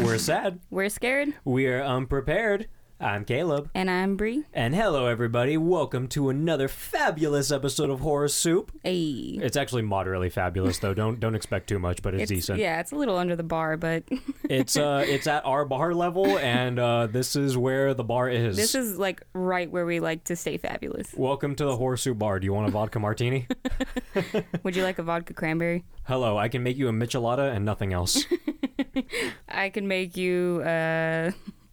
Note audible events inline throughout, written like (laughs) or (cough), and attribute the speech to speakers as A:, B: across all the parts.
A: We're sad.
B: We're scared,
A: We are unprepared. I'm Caleb.
B: and I'm Bree.
A: And hello, everybody. Welcome to another fabulous episode of Horror Soup.
B: Hey,
A: It's actually moderately fabulous, though. Don't don't expect too much, but it's, decent.
B: Yeah, it's a little under the bar, but (laughs)
A: It's uh, it's at our bar level, and uh, this is where the bar is.
B: this is like right where we like to stay fabulous.
A: Welcome to the Horror Soup Bar. Do you want a vodka
B: (laughs)
A: martini?
B: Would you like a vodka cranberry?
A: Hello, I can make you a michelada and nothing else.
B: I can make you uh,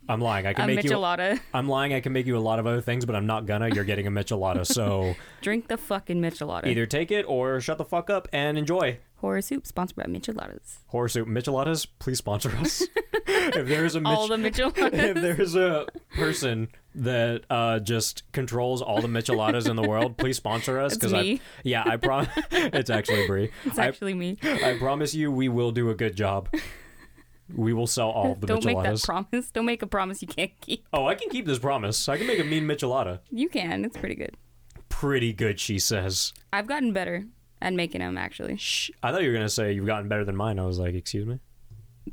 A: I'm lying. I
B: (laughs) a
A: can make you.
B: michelada.
A: I'm lying. I can make you a lot of other things, but I'm not gonna. You're getting a michelada,
B: (laughs)
A: so
B: Drink the fucking michelada.
A: either take it or shut the fuck up and enjoy.
B: Horror soup sponsored by micheladas.
A: Horror soup micheladas, please sponsor
B: (laughs)
A: us. if there is a
B: All
A: Mich-
B: the
A: (laughs)
B: micheladas.
A: if there is a person that uh, just controls all the micheladas in the world, please sponsor us
B: It's
A: I
B: me.
A: yeah I prom (laughs) it's actually Brie.
B: It's
A: I,
B: actually me.
A: I promise you, we will do a good job. We will sell all of the
B: Don't make
A: micheladas.
B: that promise. Don't make a promise you can't keep.
A: oh, I can keep this promise. I can make a mean michelada.
B: You can. It's pretty good.
A: Pretty good, she says.
B: I've gotten better at making them. Actually,
A: Shh. I thought you were gonna say you've gotten better than mine. I was like, excuse me.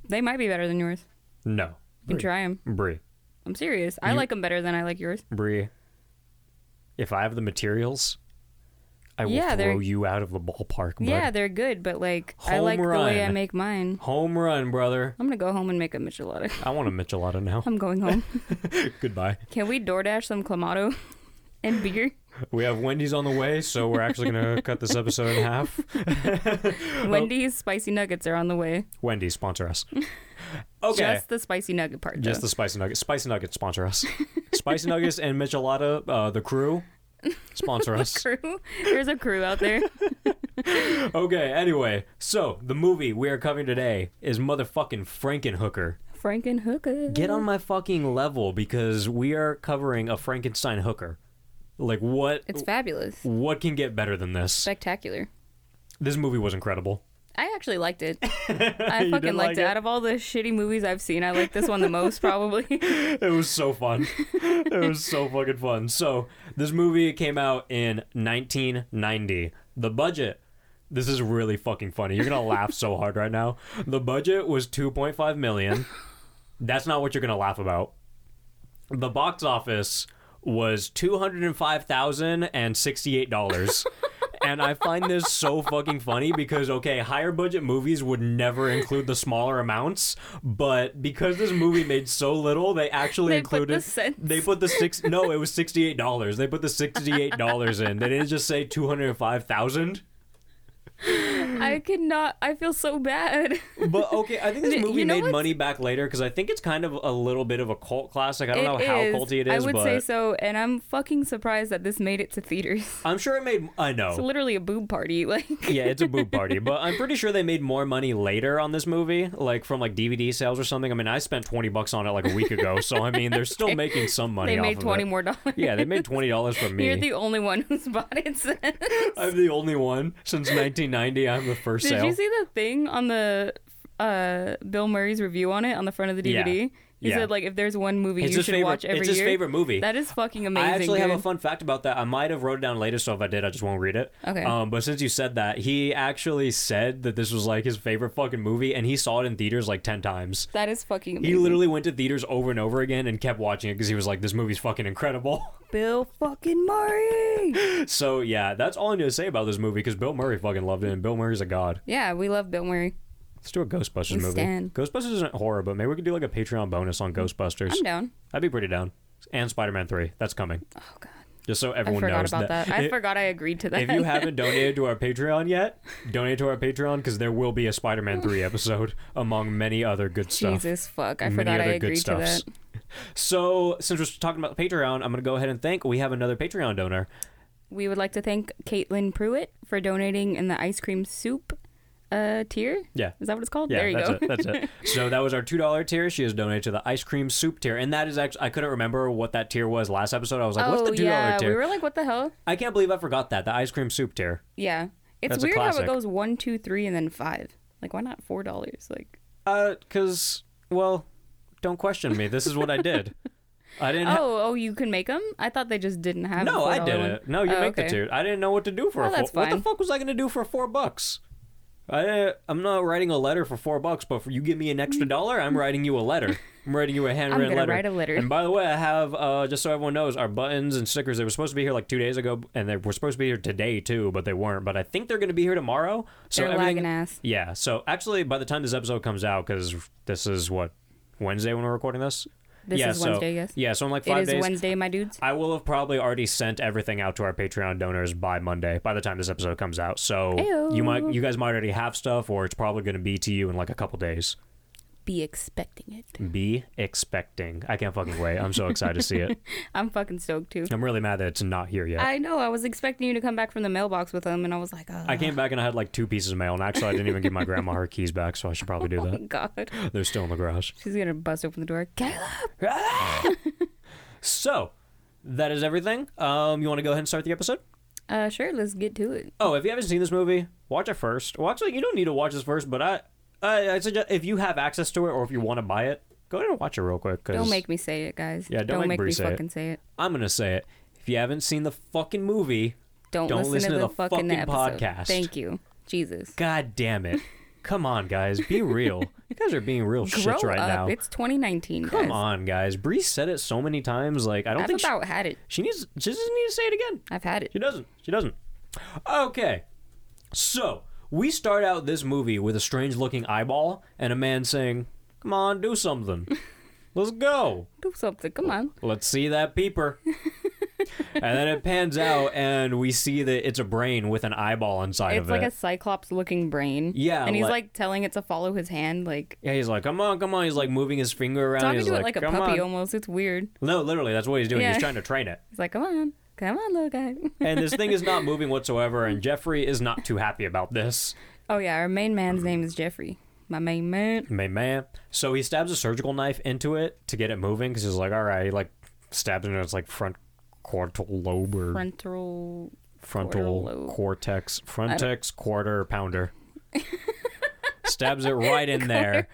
B: they might be better than yours.
A: No,
B: You can try them.
A: Brie.
B: I'm serious. I
A: You-
B: like them better than I like yours.
A: Brie, if I have the materials, I will
B: Yeah,
A: throw
B: they're-
A: you out of the ballpark. Bud.
B: Yeah, they're good, but like I
A: Home
B: like the way I
A: run.
B: make mine.
A: Home run, brother.
B: I'm gonna go home and make a michelada. (laughs)
A: I want a michelada now.
B: I'm going
A: (laughs)
B: home.
A: Goodbye.
B: Can we DoorDash some clamato (laughs) and beer?
A: We have Wendy's on the way, so we're actually
B: (laughs)
A: gonna cut this episode in half.
B: Wendy's spicy nuggets are on the way.
A: Wendy's sponsor
B: (laughs)
A: us. Okay.
B: Just the spicy nugget part.
A: Just
B: Just
A: the Spicy Nuggets. Spicy Nuggets sponsor us. Spicy Nuggets and Michelada, uh, the crew,
B: (laughs)
A: sponsor us.
B: crew. There's a crew
A: (laughs)
B: out there.
A: Okay, anyway, so the movie we are covering today is motherfucking Frankenhooker.
B: Franken hooker.
A: Get on my fucking level because we are covering a Frankenstein hooker. Like what?
B: It's fabulous,
A: What can get better than this?
B: spectacular.
A: This movie was incredible.
B: I actually
A: (laughs)
B: liked it. I
A: You
B: fucking
A: did
B: liked
A: like
B: it.
A: it?
B: Out of all the shitty movies I've seen, I like this one
A: (laughs)
B: the most probably.
A: It was so fun. it was so fucking fun. So this movie came out in 1990. The budget. This is really fucking funny. You're gonna laugh so hard right now. The budget was 2.5 million. That's not what you're gonna laugh about. The box office was two hundred and five thousand and sixty-eight
B: (laughs)
A: dollars. And I find this so fucking funny because okay, higher budget movies would never include the smaller amounts, but because this movie made so little, they actually
B: They put
A: included
B: the cents.
A: they put the six no, it was sixty-eight dollars. They put the sixty-eight dollars in. They didn't just say two hundred and five thousand.
B: I could not. I feel
A: (laughs)
B: so bad.
A: But okay, I think this
B: (laughs) You
A: movie
B: know
A: made
B: what's-
A: money back later because I think it's kind of a little bit of a cult classic. I don't know
B: It
A: how
B: is.
A: culty it is,
B: I would
A: but
B: say so, and I'm fucking surprised that this made it to theaters. (laughs)
A: I'm sure it made. I know.
B: It's literally a boob party. (laughs) Like,
A: (laughs) yeah, it's a boob party, but I'm pretty sure they made more money later on this movie, like from like DVD sales or something. I mean, I spent twenty bucks on it like a week ago, so I mean, they're
B: (laughs)
A: still making some money.
B: they
A: off
B: made
A: of
B: twenty
A: it.
B: more dollars.
A: Yeah,
B: (laughs)
A: they made twenty dollars from me.
B: You're the only one who's (laughs) bought it.
A: (laughs)
B: since.
A: I'm the only one since 1990. I'm the first
B: Did
A: sale.
B: you see the thing on the uh, Bill Murray's review on it on the front of the
A: Yeah.
B: DVD? He
A: Yeah.
B: said like, if there's one movie
A: It's
B: you
A: his
B: should
A: favorite-
B: watch every
A: it's his
B: year,
A: favorite movie.
B: That is fucking amazing.
A: I actually have
B: dude.
A: a fun fact about that. I might have wrote it down later, so if I did, I just won't read it.
B: Okay.
A: Um, but since you said that, he actually said that this was like his favorite fucking movie, and he saw it in theaters like ten times.
B: That is fucking amazing.
A: He literally went to theaters over and over again and kept watching it because he was like, "This movie's fucking incredible." (laughs)
B: Bill fucking Murray.
A: So yeah, that's all I need to say about this movie because Bill Murray fucking loved it, and Bill Murray's a god.
B: yeah, we love Bill Murray.
A: Let's do a Ghostbusters
B: We
A: movie.
B: stan.
A: Ghostbusters isn't horror, but maybe we could do like a Patreon bonus on Ghostbusters.
B: I'm down.
A: I'd be pretty down. And Spider-Man Three, that's coming.
B: Oh god,
A: Just so
B: I
A: everyone
B: forgot
A: knows
B: about that. I
A: If-
B: forgot I agreed to that.
A: if you haven't donated to our Patreon yet, donate to our Patreon because there will be a Spider-Man Three episode among many other good stuff.
B: (laughs) Jesus fuck, I
A: Many
B: forgot I
A: other good
B: agreed to
A: stuffs.
B: that.
A: (laughs) So since we're talking about Patreon, I'm gonna go ahead and thank. We have another Patreon donor.
B: We would like to thank Caitlin Pruitt for donating in the ice cream soup uh, tier.
A: Yeah.
B: Is that what it's called?
A: Yeah,
B: there you
A: that's
B: go.
A: it. That's
B: (laughs)
A: it. So that was our two dollar tier. She has donated to the ice cream soup tier, and that is actually I couldn't remember what that tier was last episode. I was like,
B: (laughs) oh
A: "What's the two dollar
B: yeah,
A: tier?"
B: we were like, what the hell?
A: I can't believe I forgot that the ice cream soup tier.
B: Yeah, it's
A: That's a
B: weird how it
A: classic.
B: goes one, two, three, and then five. Like, why not four dollars? Like,
A: Uh, because well, don't question me. This is what I
B: (laughs)
A: did. I didn't. ha-
B: oh, oh, you can make them. I thought they just didn't have.
A: no,
B: I
A: I did it. No, you
B: oh,
A: make
B: okay.
A: the two. I didn't know what to do for
B: Oh,
A: a four.
B: that's
A: What the
B: fine.
A: fuck was I gonna do for four bucks? I, I'm not writing a letter for four bucks, but for you give me an
B: (laughs)
A: extra dollar, I'm writing you a letter. I'm writing you a handwritten
B: gonna
A: letter.
B: write a letter.
A: And by the way, I have uh, just so everyone knows, our buttons and stickers. They were supposed to be here like two days ago, and they were supposed to be here today too, but they weren't. But I think they're going to be here tomorrow. So
B: They're
A: everything,
B: lagging ass.
A: Yeah. So actually, by the time this episode comes out, because this is what Wednesday when we're recording this.
B: This
A: yeah,
B: is
A: so,
B: Wednesday, yes.
A: Yeah. So in like
B: It
A: five
B: is
A: days,
B: Wednesday, my dudes.
A: I will have probably already sent everything out to our Patreon donors by Monday, by the time this episode comes out. So
B: Ayo.
A: you might, you guys might already have stuff, or it's probably going to be to you in like a couple days.
B: Be expecting it. (laughs)
A: Be expecting. I can't fucking wait. I'm so excited to see
B: (laughs)
A: it.
B: I'm fucking stoked too.
A: I'm really mad that it's not here yet. I,
B: I know. I was expecting you to come back from the mailbox with them, and I was like, oh,
A: came back and I had like two pieces of mail, and actually I didn't even give my grandma her keys back, so I should probably do
B: (laughs)
A: that.
B: God.
A: They're still in the
B: (laughs)
A: garage.
B: She's gonna bust open the door. Caleb!
A: So that is everything. Um, you want to go ahead and start the episode?
B: Uh, sure, let's get to it.
A: Oh, if you haven't seen this movie, watch it first. Well, actually, you don't need to watch this first, but I, I, I suggest if you have access to it or if you want to buy it, go ahead and watch it real quick. Cause
B: Don't make me say it, guys.
A: Yeah, don't make
B: make,
A: Bree
B: me
A: say it.
B: fucking say it.
A: I'm gonna say it. If you haven't seen the fucking movie,
B: Don't,
A: Don't
B: listen,
A: listen
B: to,
A: to
B: the,
A: the
B: fucking,
A: fucking
B: episode.
A: podcast.
B: Thank you, Jesus.
A: god damn
B: (laughs)
A: it! Come on, guys, be real. You guys are being real
B: Grow
A: shits right
B: up.
A: now.
B: It's 2019.
A: Come
B: guys.
A: on, guys. Bree said it so many times. Like I don't
B: I've
A: think she,
B: about had it.
A: she needs. She doesn't need to say it again.
B: I've had it.
A: She doesn't. She doesn't. Okay. So, we start out this movie with a strange looking eyeball and a man saying, Come on, do something.
B: (laughs)
A: Let's go.
B: Do something. Come on.
A: Let's see that peeper. and then it pans out and we see that it's a brain with an eyeball inside
B: It's
A: of
B: like
A: it.
B: a cyclops looking brain.
A: Yeah,
B: And he's
A: like-
B: like, telling it to follow his hand, like
A: yeah, he's like, come on, come on. He's like moving his finger around.
B: talking
A: He's
B: to
A: like,
B: it like a
A: come
B: puppy
A: on.
B: almost. It's weird.
A: No, literally, that's what he's doing. He's
B: Yeah.
A: trying to train it.
B: He's like, come on. Come on, little guy. (laughs)
A: And this thing is not moving whatsoever. And Jeffrey is not too happy about this.
B: oh, yeah. Our main man's name is Jeffrey. My main man.
A: My man. So he stabs a surgical knife into it to get it moving because he's like, all right, he like stabs it in its like front quartal lobe or
B: Frontal.
A: frontal
B: quarter lobe.
A: cortex, frontex quarter
B: (laughs)
A: pounder. stabs it right in there.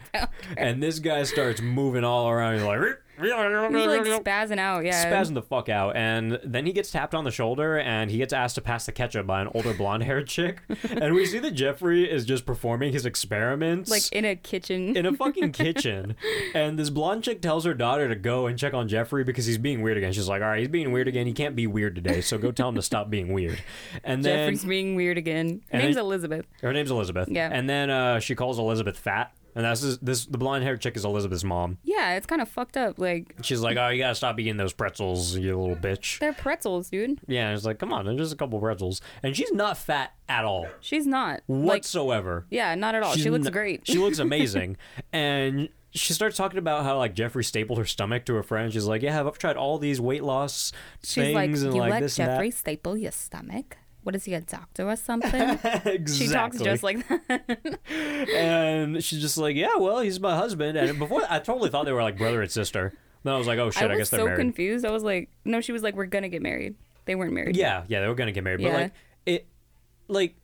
A: And this guy starts moving all around. He's like,
B: He's like spazzing out. Yeah.
A: spazzing the fuck out. And then he gets tapped on the shoulder and he gets asked to pass the ketchup by an older blonde haired
B: (laughs)
A: chick. and we see that Jeffrey is just performing his experiments.
B: Like in a kitchen.
A: in a
B: (laughs)
A: fucking kitchen. And this blonde chick tells her daughter to go and check on Jeffrey because he's being weird again. She's like, all right, he's being weird again. He can't be weird today. So go tell him to stop being weird. And then
B: Jeffrey's being weird again. Her
A: and
B: name's
A: then-
B: Elizabeth.
A: her name's Elizabeth.
B: Yeah.
A: And then uh, she calls Elizabeth fat. And that's this, this the blonde haired chick is Elizabeth's mom.
B: Yeah, it's kind of fucked up. Like,
A: She's like, oh, you gotta stop eating those pretzels, you little bitch.
B: they're pretzels, dude.
A: Yeah, and it's like, come on, there's just a couple pretzels. And she's not fat at all,
B: She's not. Like,
A: whatsoever.
B: yeah, not at all. She
A: She's
B: looks
A: n-
B: great.
A: She looks amazing. (laughs) and she starts talking about how like Jeffrey stapled her stomach to her friend. She's like, "Yeah, I've tried all these weight loss
B: (laughs) She's like,
A: things
B: you
A: and like
B: let
A: this (laughs)
B: Jeffrey staple your stomach? What is he, a doctor
A: (laughs)
B: or something?
A: and that." exactly.
B: She talks just like that.
A: and she's just like, "Yeah, well, he's my husband." And before I totally thought they were like brother and sister. Then I was like, "Oh shit,
B: I
A: I,
B: was
A: guess they're
B: so
A: married."
B: confused. I was like, no, she was like, we're gonna get married. They weren't married.
A: yeah, yeah, they were gonna get married, but
B: Yeah.
A: like it, like.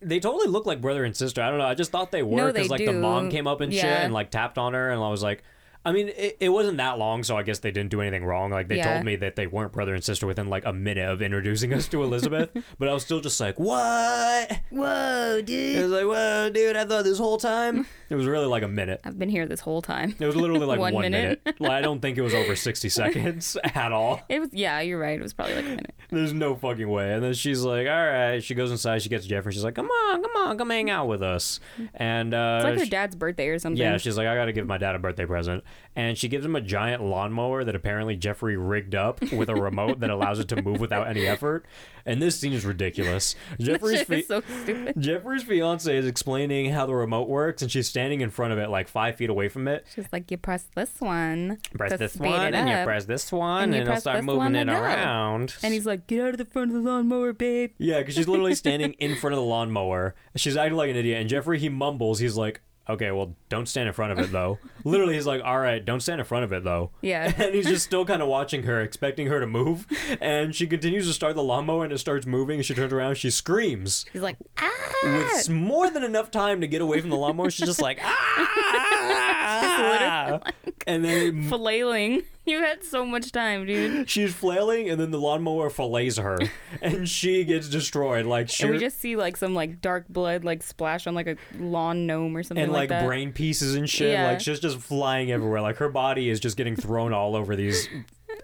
A: They totally look like brother and sister. I don't know. I just thought they were
B: No, they
A: because like the
B: do.
A: mom came up and shit
B: Yeah.
A: and like tapped on her, and I was like, I mean, it, it wasn't that long, so I guess they didn't do anything wrong. Like they
B: Yeah.
A: told me that they weren't brother and sister within like a minute of introducing us
B: (laughs)
A: to Elizabeth, but I was still just like, what?
B: Whoa,
A: It
B: dude.
A: was like, whoa, dude, I thought this whole
B: (laughs)
A: time. It was really like a minute.
B: I've been here this whole time.
A: It was literally like one,
B: One
A: minute.
B: minute.
A: Like, I don't think it was over
B: (laughs)
A: sixty seconds at all.
B: It was yeah, you're right. It was probably like a minute.
A: There's no fucking way. And then she's like, all right. She goes inside. She gets Jeffrey. She's like, come on, come on, come hang out with us. And uh,
B: It's like her
A: she-
B: dad's birthday or something. (laughs)
A: yeah, she's like, I gotta give my dad a birthday present. And she gives him a giant lawnmower that apparently Jeffrey rigged up with a remote that allows it to move without any effort. And this scene is
B: (laughs)
A: ridiculous. Jeffrey's
B: Shit
A: fi-
B: is so stupid.
A: Jeffrey's fiance is explaining how the remote works, and she's standing in front of it, like five feet away from it.
B: She's like, you press this one,
A: Press
B: to
A: this
B: speed
A: one,
B: it
A: and you
B: up."
A: press this one, and,
B: and you
A: it'll
B: press
A: start
B: this
A: moving
B: one
A: it
B: and go.
A: around.
B: and he's like, get out of the front of the lawnmower, babe.
A: Yeah, because she's literally standing in front of the lawnmower. She's acting like an idiot. And Jeffrey, he mumbles. He's like, okay, well, don't stand in front of it, though. literally, he's like, all right, don't stand in front of it, though.
B: Yeah.
A: (laughs) And he's just still kind of watching her, expecting her to move. And she continues to start the lawnmower, and it starts moving. And she turns around, she screams.
B: He's like, ah. (laughs)
A: With s- more than enough time to get away from the lawnmower, she's just like, ah! ah! and then
B: Flailing. (laughs) You had so much time, dude.
A: she's flailing, and then the lawnmower fillets her, and she gets destroyed. Like she
B: And we just see like some like dark blood like splash on like a lawn gnome or something
A: and like,
B: that.
A: brain pieces and shit.
B: Yeah.
A: Like she's just flying everywhere. Like her body is just getting thrown all over these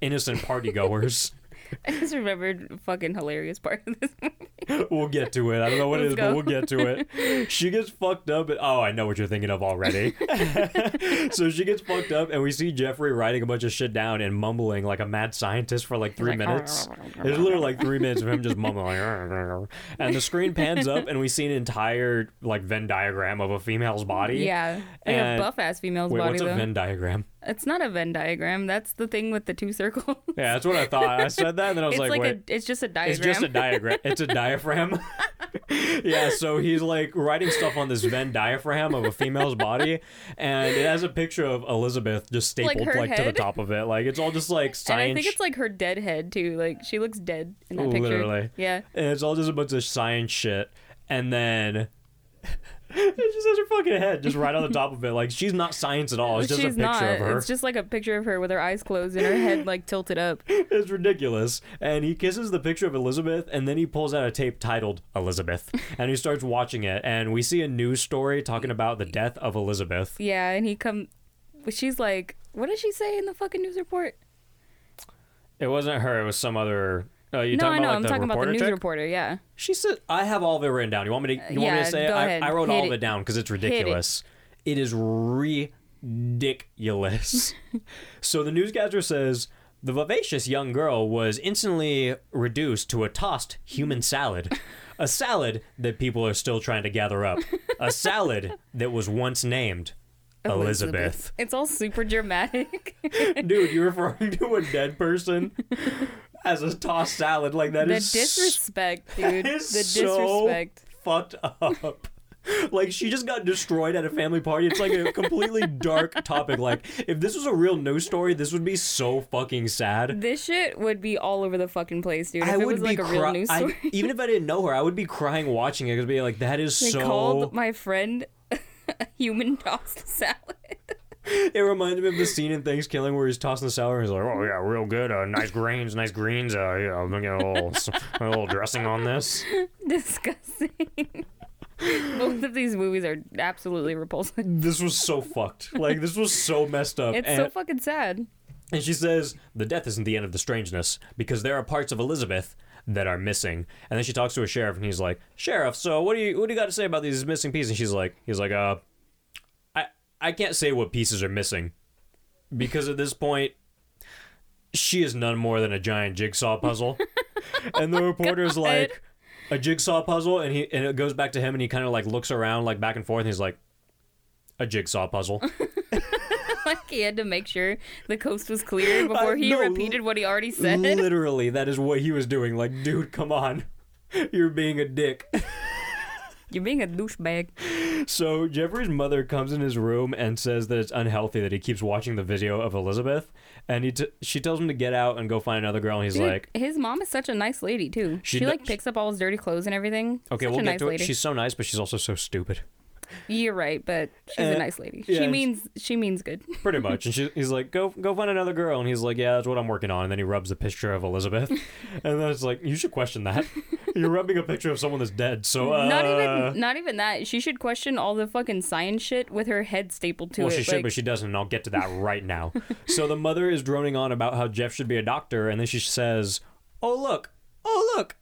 A: innocent party goers.
B: (laughs) I just remembered a fucking hilarious part of this.
A: (laughs) we'll get to it. I don't know what it
B: Let's
A: is,
B: go.
A: but we'll get to
B: (laughs)
A: it. She gets fucked up. And, oh, I know what you're thinking of already. (laughs) so she gets fucked up, and we see Jeffrey writing a bunch of shit down and mumbling like a mad scientist for like three
B: like,
A: minutes. There's literally like three minutes of him
B: (laughs)
A: just mumbling. and the screen pans up, and we see an entire like Venn diagram of a female's body.
B: Yeah, like
A: And-
B: a buff ass female's
A: Wait,
B: body
A: what's a
B: though.
A: Venn diagram?
B: It's not a Venn diagram. That's the thing with the two circles.
A: Yeah, that's what I thought. I said that, and then I was
B: (laughs) it's like,
A: wait.
B: a. It's just a diagram.
A: It's just a diagram. It's a diaphragm. (laughs) yeah, so he's like writing stuff on this Venn diaphragm of a female's body, and it has a picture of Elizabeth just
B: Like
A: stapled like,
B: her
A: to the
B: head?
A: top of it. Like it's all just like
B: and
A: science.
B: I think it's like her dead head too. Like she looks dead in that
A: Ooh,
B: picture.
A: literally.
B: Yeah.
A: and it's all just a bunch of science shit, and then. (laughs) It just has her fucking head just right on the top of it. Like she's not science at all. Oh, It's just
B: She's
A: a picture
B: not.
A: of her.
B: It's just like a picture of her with her eyes closed and her head like tilted up.
A: It's ridiculous. And he kisses the picture of Elizabeth, and then he pulls out a tape titled
B: (laughs)
A: Elizabeth, and he starts watching it. And we see a news story talking about the death of Elizabeth.
B: Yeah, and he come. but She's like, what does she say in the fucking news report?
A: It wasn't her; it was some other. Oh, you
B: no, I
A: talking
B: know.
A: about like,
B: I'm
A: the
B: talking about
A: reporter
B: the news
A: chick?
B: reporter. Yeah.
A: She said, "I have all of it written down. You want me to? You want me
B: yeah,
A: to say? it?
B: go
A: I,
B: ahead.
A: I wrote
B: Hit
A: all of
B: it.
A: it down because it's ridiculous. it is ridiculous."
B: (laughs)
A: so the newscaster says. The vivacious young girl was instantly reduced to a tossed human salad. A salad that people are still trying to gather up.
B: (laughs)
A: A salad that was once named Elizabeth.
B: It's all super dramatic. (laughs)
A: Dude, you're referring to a dead person as a tossed salad. Like, that
B: the
A: is
B: disrespect, dude. The
A: (laughs) is
B: disrespect.
A: so fucked up. (laughs) Like she just got destroyed at a family party. It's like a completely dark topic. Like if this was a real news story, this would be so fucking sad.
B: This shit would be all over the fucking place, dude. If
A: I
B: it
A: would
B: was
A: be
B: like a real
A: cry-
B: news
A: I-
B: story. (laughs)
A: even if I didn't know her, I would be crying watching it because be like, that is
B: They
A: so.
B: called my friend (laughs) a human tossed (laughs) salad.
A: (laughs) It reminds me of the scene in Thanksgiving where he's tossing the salad and he's like, "Oh yeah, real good, uh, nice greens, nice greens, uh, yeah, I'm gonna get a little, (laughs) s- a little dressing on
B: (laughs)
A: this."
B: Disgusting. (laughs) Both of these movies are absolutely repulsive.
A: This was so fucked. Like this was so messed up.
B: It's
A: and
B: so fucking sad.
A: And she says, The death isn't the end of the strangeness, because there are parts of Elizabeth that are missing. And then she talks to a sheriff and he's like, Sheriff, so what do you what do you got to say about these missing pieces? And she's like he's like, uh I I can't say what pieces are missing. Because at this point, she is none more than a giant jigsaw puzzle. and the reporter's like a jigsaw puzzle and he and it goes back to him and he kinda like looks around like back and forth and he's like a jigsaw puzzle.
B: (laughs) Like he had to make sure the coast was (laughs) clear before he
A: no,
B: repeated what he already said. (laughs)
A: Literally, that is what he was doing. Like, dude, come on. (laughs) You're being a dick. (laughs)
B: You're being a douchebag.
A: So Jeffrey's mother comes in his room and says that it's unhealthy that he keeps watching the video of Elizabeth, and he t- she tells him to get out and go find another girl.
B: (laughs)
A: And he's
B: Dude,
A: like,
B: his mom is such a nice lady too.
A: She
B: She,
A: do-
B: like picks up all his dirty clothes and everything.
A: "Okay,
B: Such
A: we'll
B: a
A: get
B: nice
A: to it.
B: lady.
A: She's so nice, but she's also so
B: (laughs)
A: stupid."
B: You're right, but she's
A: Uh,
B: a nice lady.
A: yeah,
B: she
A: it's-
B: means she
A: (laughs)
B: means good.
A: pretty much. And she, he's like, "Go, go find another girl." And he's like, "Yeah, that's what I'm working on." And then he rubs a picture of
B: (laughs)
A: Elizabeth, and then it's like, "You should question that. You're rubbing a picture of someone that's dead." So uh,
B: not even not even that. She should question all the fucking science shit with her head stapled to
A: Well,
B: it.
A: she should,
B: like,
A: but she doesn't, and I'll get to that right now.
B: (laughs)
A: so the mother is droning on about how Jeff should be a doctor, and then she says, Oh, look! Oh, look!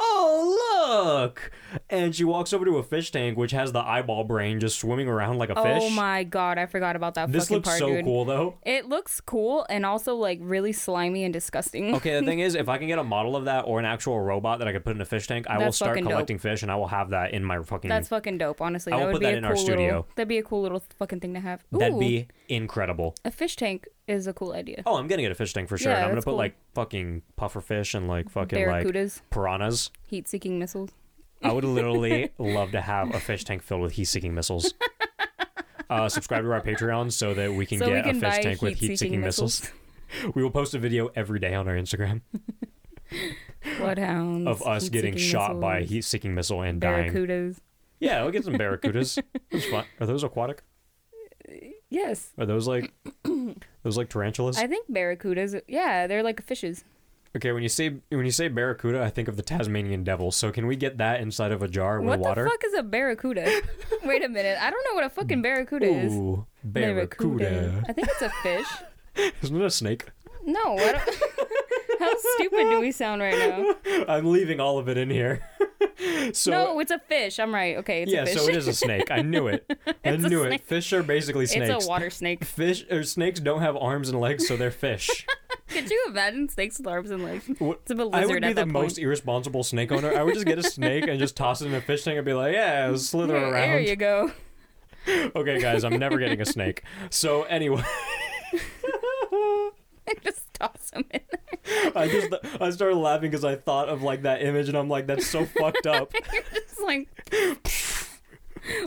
A: Oh, look! And she walks over to a fish tank, which has the eyeball brain just swimming around like a fish.
B: oh my god, I forgot about that
A: This
B: fucking
A: looks
B: part,
A: so
B: dude.
A: cool, though.
B: It looks cool and also like really slimy and disgusting.
A: Okay, the thing is, if I can get a model of that or an actual robot that I could put in a fish tank, I will
B: That's
A: start
B: fucking dope.
A: collecting fish, and I will have that in my fucking.
B: That's fucking dope, honestly.
A: I will
B: that would
A: put
B: be
A: that
B: a
A: in
B: cool
A: our studio.
B: Little, that'd be a cool little fucking thing to have. Ooh,
A: That'd be incredible.
B: a fish tank is a cool idea.
A: Oh, I'm gonna get a fish tank for sure.
B: Yeah,
A: and I'm gonna
B: that's
A: put
B: cool.
A: like fucking puffer fish and like fucking
B: Barracudas.
A: like piranhas.
B: Heat seeking missiles.
A: I
B: (laughs)
A: would literally love to have a fish tank filled with heat-seeking
B: (laughs)
A: missiles. Uh, subscribe to our Patreon so that we can
B: So we
A: get
B: can
A: a fish
B: buy
A: tank with
B: heat-seeking
A: heat-seeking missiles. (laughs) We will post a video every day on our Instagram
B: Bloodhounds.
A: of us getting
B: heat-seeking
A: shot by a
B: missiles,
A: heat-seeking missile and dying.
B: barracudas.
A: Yeah, we'll get some barracudas. That's fun. Are those aquatic?
B: Yes.
A: Are those
B: (clears throat)
A: like those like tarantulas?
B: I think barracudas. Yeah, they're like fishes.
A: Okay, when you say when you say barracuda, I think of the Tasmanian devil. So can we get that inside of a jar with
B: what
A: water?
B: the fuck is a barracuda?
A: (laughs)
B: Wait a minute. I don't know what a fucking barracuda is.
A: Ooh, barracuda.
B: I think it's a fish.
A: Isn't it a snake?
B: No. I don't... (laughs) How stupid do we sound right now?
A: I'm leaving all of it in here. (laughs) so
B: no, it's a fish. I'm right. Okay, it's
A: yeah,
B: a fish.
A: so it is a snake. I knew it. I
B: It's a
A: knew it.
B: snake.
A: Fish are basically snakes.
B: (laughs) It's a water snake.
A: Fish or snakes don't have arms and legs, so they're fish.
B: Could you imagine snakes with arms and legs?
A: What-
B: (laughs) It's a lizard
A: I would be
B: at
A: the
B: that
A: most irresponsible snake owner. I would just get a snake and just toss it in a fish tank and be like,
B: (laughs)
A: "Yeah,
B: point.
A: slither
B: There,
A: around."
B: there you go. (laughs)
A: Okay, guys, I'm never getting a snake. So anyway, (laughs)
B: Just toss them in. (laughs)
A: I just I started laughing because I thought of like that image, and I'm like, that's so fucked up.
B: You're just like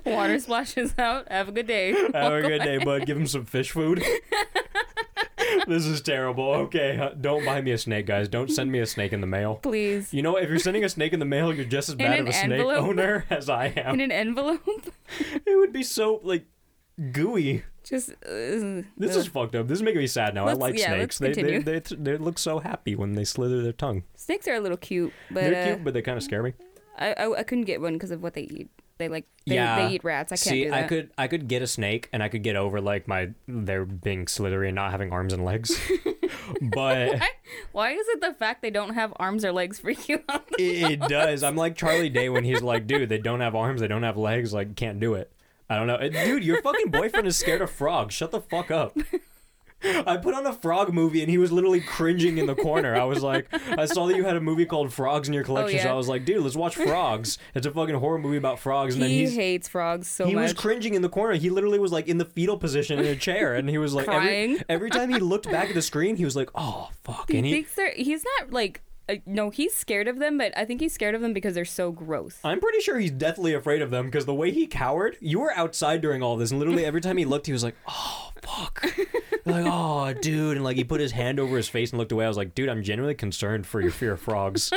B: water splashes out. Have a good day.
A: Have a good day, bud. Give him some fish
B: (laughs)
A: food. this is terrible. Okay, uh, don't buy me a snake, guys. Don't send me a snake in the mail.
B: Please.
A: You know, if you're sending a snake in the mail, you're just as bad
B: an
A: of a snake
B: envelope?
A: owner (laughs) as I am.
B: In an envelope. (laughs)
A: It would be so like gooey.
B: Just. Uh,
A: This is fucked up. This is making me sad now.
B: Let's-
A: I like
B: yeah,
A: snakes.
B: let's
A: They, they
B: continue.
A: they they look so happy when they slither their tongue.
B: snakes are a little cute, but,
A: They're
B: uh,
A: cute, but they kind of scare me.
B: I, I I couldn't get one because of what they eat. They like they,
A: Yeah.
B: they eat rats. I can't
A: See,
B: do that.
A: I could I could get a snake and I could get over like my they're being slithery and not having arms and
B: (laughs)
A: legs. but
B: Why is it the fact they don't have arms or legs (laughs) freak you out?
A: it, it does. I'm like Charlie Day when he's like, dude, they don't have arms, they don't have legs, like can't do it. I don't know. Uh, Dude, your fucking boyfriend is scared of frogs. Shut the fuck up. I put on a frog movie and he was literally cringing in the corner. I was like, I saw that you had a movie called Frogs in your collection, so
B: yeah.
A: I was like, dude, let's watch Frogs. It's a fucking horror movie about frogs. And then
B: he
A: he's
B: hates frogs so
A: he
B: much.
A: was cringing in the corner. He literally was like in the fetal position in a chair, and he was like
B: Crying.
A: Every, every time he looked back at the screen, he was like, "Oh fuck!" And
B: he
A: he,
B: thinks they're, he's not like uh, no, he's scared of them, but I think he's scared of them because they're so gross.
A: I'm pretty sure he's deathly afraid of them because the way he cowered, you were outside during all this, and literally every time he looked, he was like, "Oh fuck!" (laughs) like, "Oh dude," and like he put his hand over his face and looked away. I was like, "Dude, I'm genuinely concerned for your fear of frogs.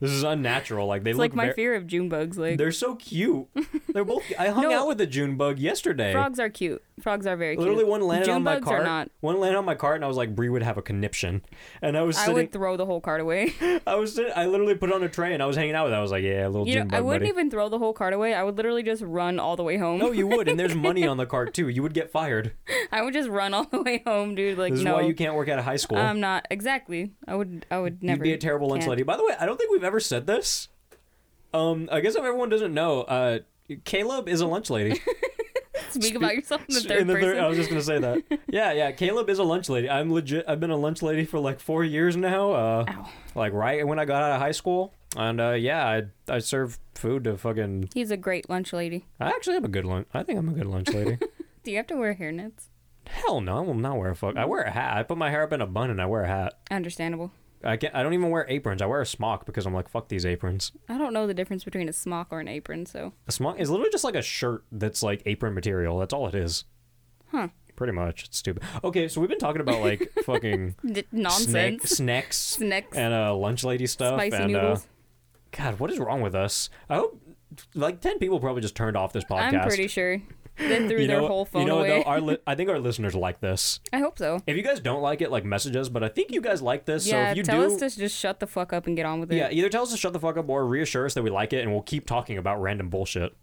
A: this is unnatural. Like they
B: It's
A: look
B: like my
A: ver-
B: fear of June bugs. Like
A: They're so cute. They're both. I hung
B: (laughs) No.
A: out with the June bug yesterday.
B: frogs are cute. Frogs are very
A: Literally,
B: cute.
A: one landed
B: June
A: on my
B: bugs
A: cart.
B: are not.
A: One landed on my cart, and I was like, "Bree would have a conniption." And I was
B: I
A: sitting. I,
B: would throw the whole cart away. (laughs)
A: was. Sitting, I literally put it on a tray, and I was hanging out with. It. I was like, "Yeah, a little
B: You
A: June
B: know, I
A: bug
B: wouldn't
A: buddy."
B: even throw the whole cart away. I would literally just run all the way home.
A: No, Oh, you would, and there's money on the cart too. You would get fired.
B: (laughs) I would just run all the way home, dude. Like
A: This is
B: no,
A: why you can't work out of high school.
B: I'm not exactly. I would. I would
A: You'd
B: never.
A: be a terrible lunch
B: can't.
A: lady. By the way, I don't think we've ever said this. Um, I guess if everyone doesn't know, uh, Caleb is a lunch lady.
B: (laughs) Speak about yourself in (laughs) the third
A: (laughs) In the
B: person.
A: third- I was just gonna say that.
B: (laughs)
A: Yeah, yeah. Caleb is a lunch lady. I'm legit. I've been a lunch lady for like four years now. Uh,
B: Ow.
A: Like right when I got out of high school, and uh, yeah, I I serve food to fucking.
B: He's a great lunch lady.
A: I actually am a good lunch. I think I'm a good lunch
B: (laughs)
A: lady.
B: Do you have to wear hairnets?
A: Hell no, I will not wear a fuck. I wear a hat. I put my hair up in a bun and I wear a hat.
B: Understandable.
A: I can not I don't even wear aprons. I wear a smock because I'm like fuck these aprons.
B: I don't know the difference between a smock or an apron, so
A: A smock is literally just like a shirt that's like apron material. That's all it is.
B: Huh.
A: Pretty much. It's stupid. Okay, so we've been talking about
B: (laughs)
A: like fucking
B: D-
A: snack,
B: nonsense.
A: snacks,
B: Snacks.
A: and uh, lunch lady stuff.
B: Spicy
A: and,
B: noodles.
A: Uh, God, what is wrong with us? I hope like ten people probably just turned off this podcast.
B: I'm pretty sure they threw
A: you
B: their
A: know,
B: whole phone
A: you know,
B: away.
A: Though, our li- I think our listeners like this.
B: I hope so.
A: If you guys don't like it, like message us. But I think you guys like this. so
B: yeah,
A: if you
B: tell
A: do,
B: us to just shut the fuck up and get on with it.
A: yeah, either tell us to shut the fuck up or reassure us that we like it, and we'll keep talking about random bullshit.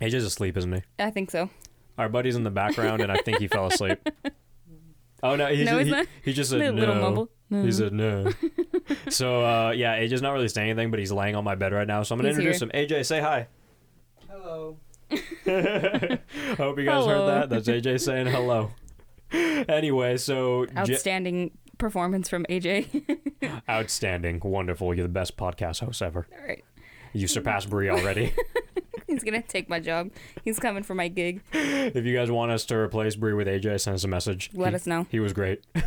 A: He's just asleep, isn't he?
B: I think so.
A: Our buddy's in the background, and I think he fell
B: (laughs)
A: asleep. Oh no, he's,
B: No, he's
A: he,
B: not.
A: he just said
B: Little-
A: no.
B: little mumble.
A: He said
B: (laughs)
A: no. so uh, yeah, AJ's not really saying anything, but he's laying on my bed right now. So I'm gonna
B: He's
A: introduce
B: here.
A: him. AJ, say hi.
C: Hello.
A: I (laughs) hope you guys
B: Hello.
A: heard that. That's AJ saying hello. anyway, so J-
B: Outstanding performance from (laughs) AJ.
A: outstanding, wonderful. You're the best podcast host ever.
B: All right.
A: You surpassed Brie
B: (laughs)
A: already.
B: He's gonna take my job. He's coming for my gig.
A: if you guys want us to replace Brie with AJ, send us a message.
B: Let
A: He-
B: us know.
A: He was great. (laughs)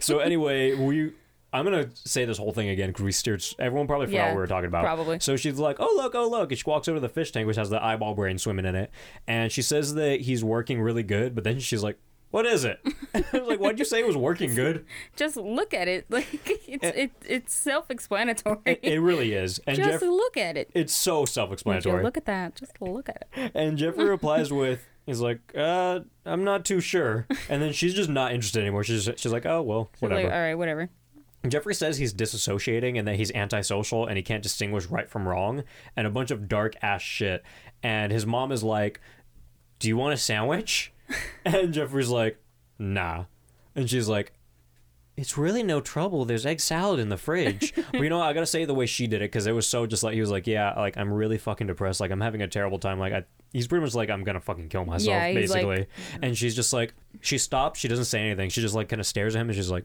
A: so anyway, we. I'm gonna say this whole thing again because we steered. Everyone probably forgot
B: Yeah,
A: what we were talking about.
B: probably.
A: So she's like, "Oh look, oh look!" And she walks over to the fish tank, which has the eyeball brain swimming in it, and she says that he's working really good. But then she's like, "What is it?" (laughs) I was like, "Why'd you say it was working good?"
B: Just look at it. (laughs) Like it's it, it's self-explanatory.
A: It, it really is. And
B: (laughs) just
A: Eh. Jeff,
B: look at it.
A: it's so
B: Like, yo,
A: self-explanatory.
B: look at that. Just look at it.
A: And Jeffrey replies with, He's like, uh, I'm not too sure. And then she's just not interested anymore. She's she's like, oh well,
B: She's
A: whatever.
B: Like, all right, whatever.
A: Jeffrey says he's disassociating and that he's antisocial and he can't distinguish right from wrong and a bunch of dark ass shit. And his mom is like, Do you want a
B: (laughs)
A: sandwich? And Jeffrey's like, Nah. And she's like, It's really no trouble. There's egg salad in the
B: (laughs)
A: fridge. but you know, what? I gotta say the way she did it because it was so just like, he was like, Yeah, like I'm really fucking depressed. Like I'm having a terrible time. Like I, he's pretty much like, I'm gonna fucking kill myself,
B: Yeah, he's like- mm-hmm.
A: basically. and she's just like, She stops. She doesn't say anything. She just like kind of stares at him and she's like,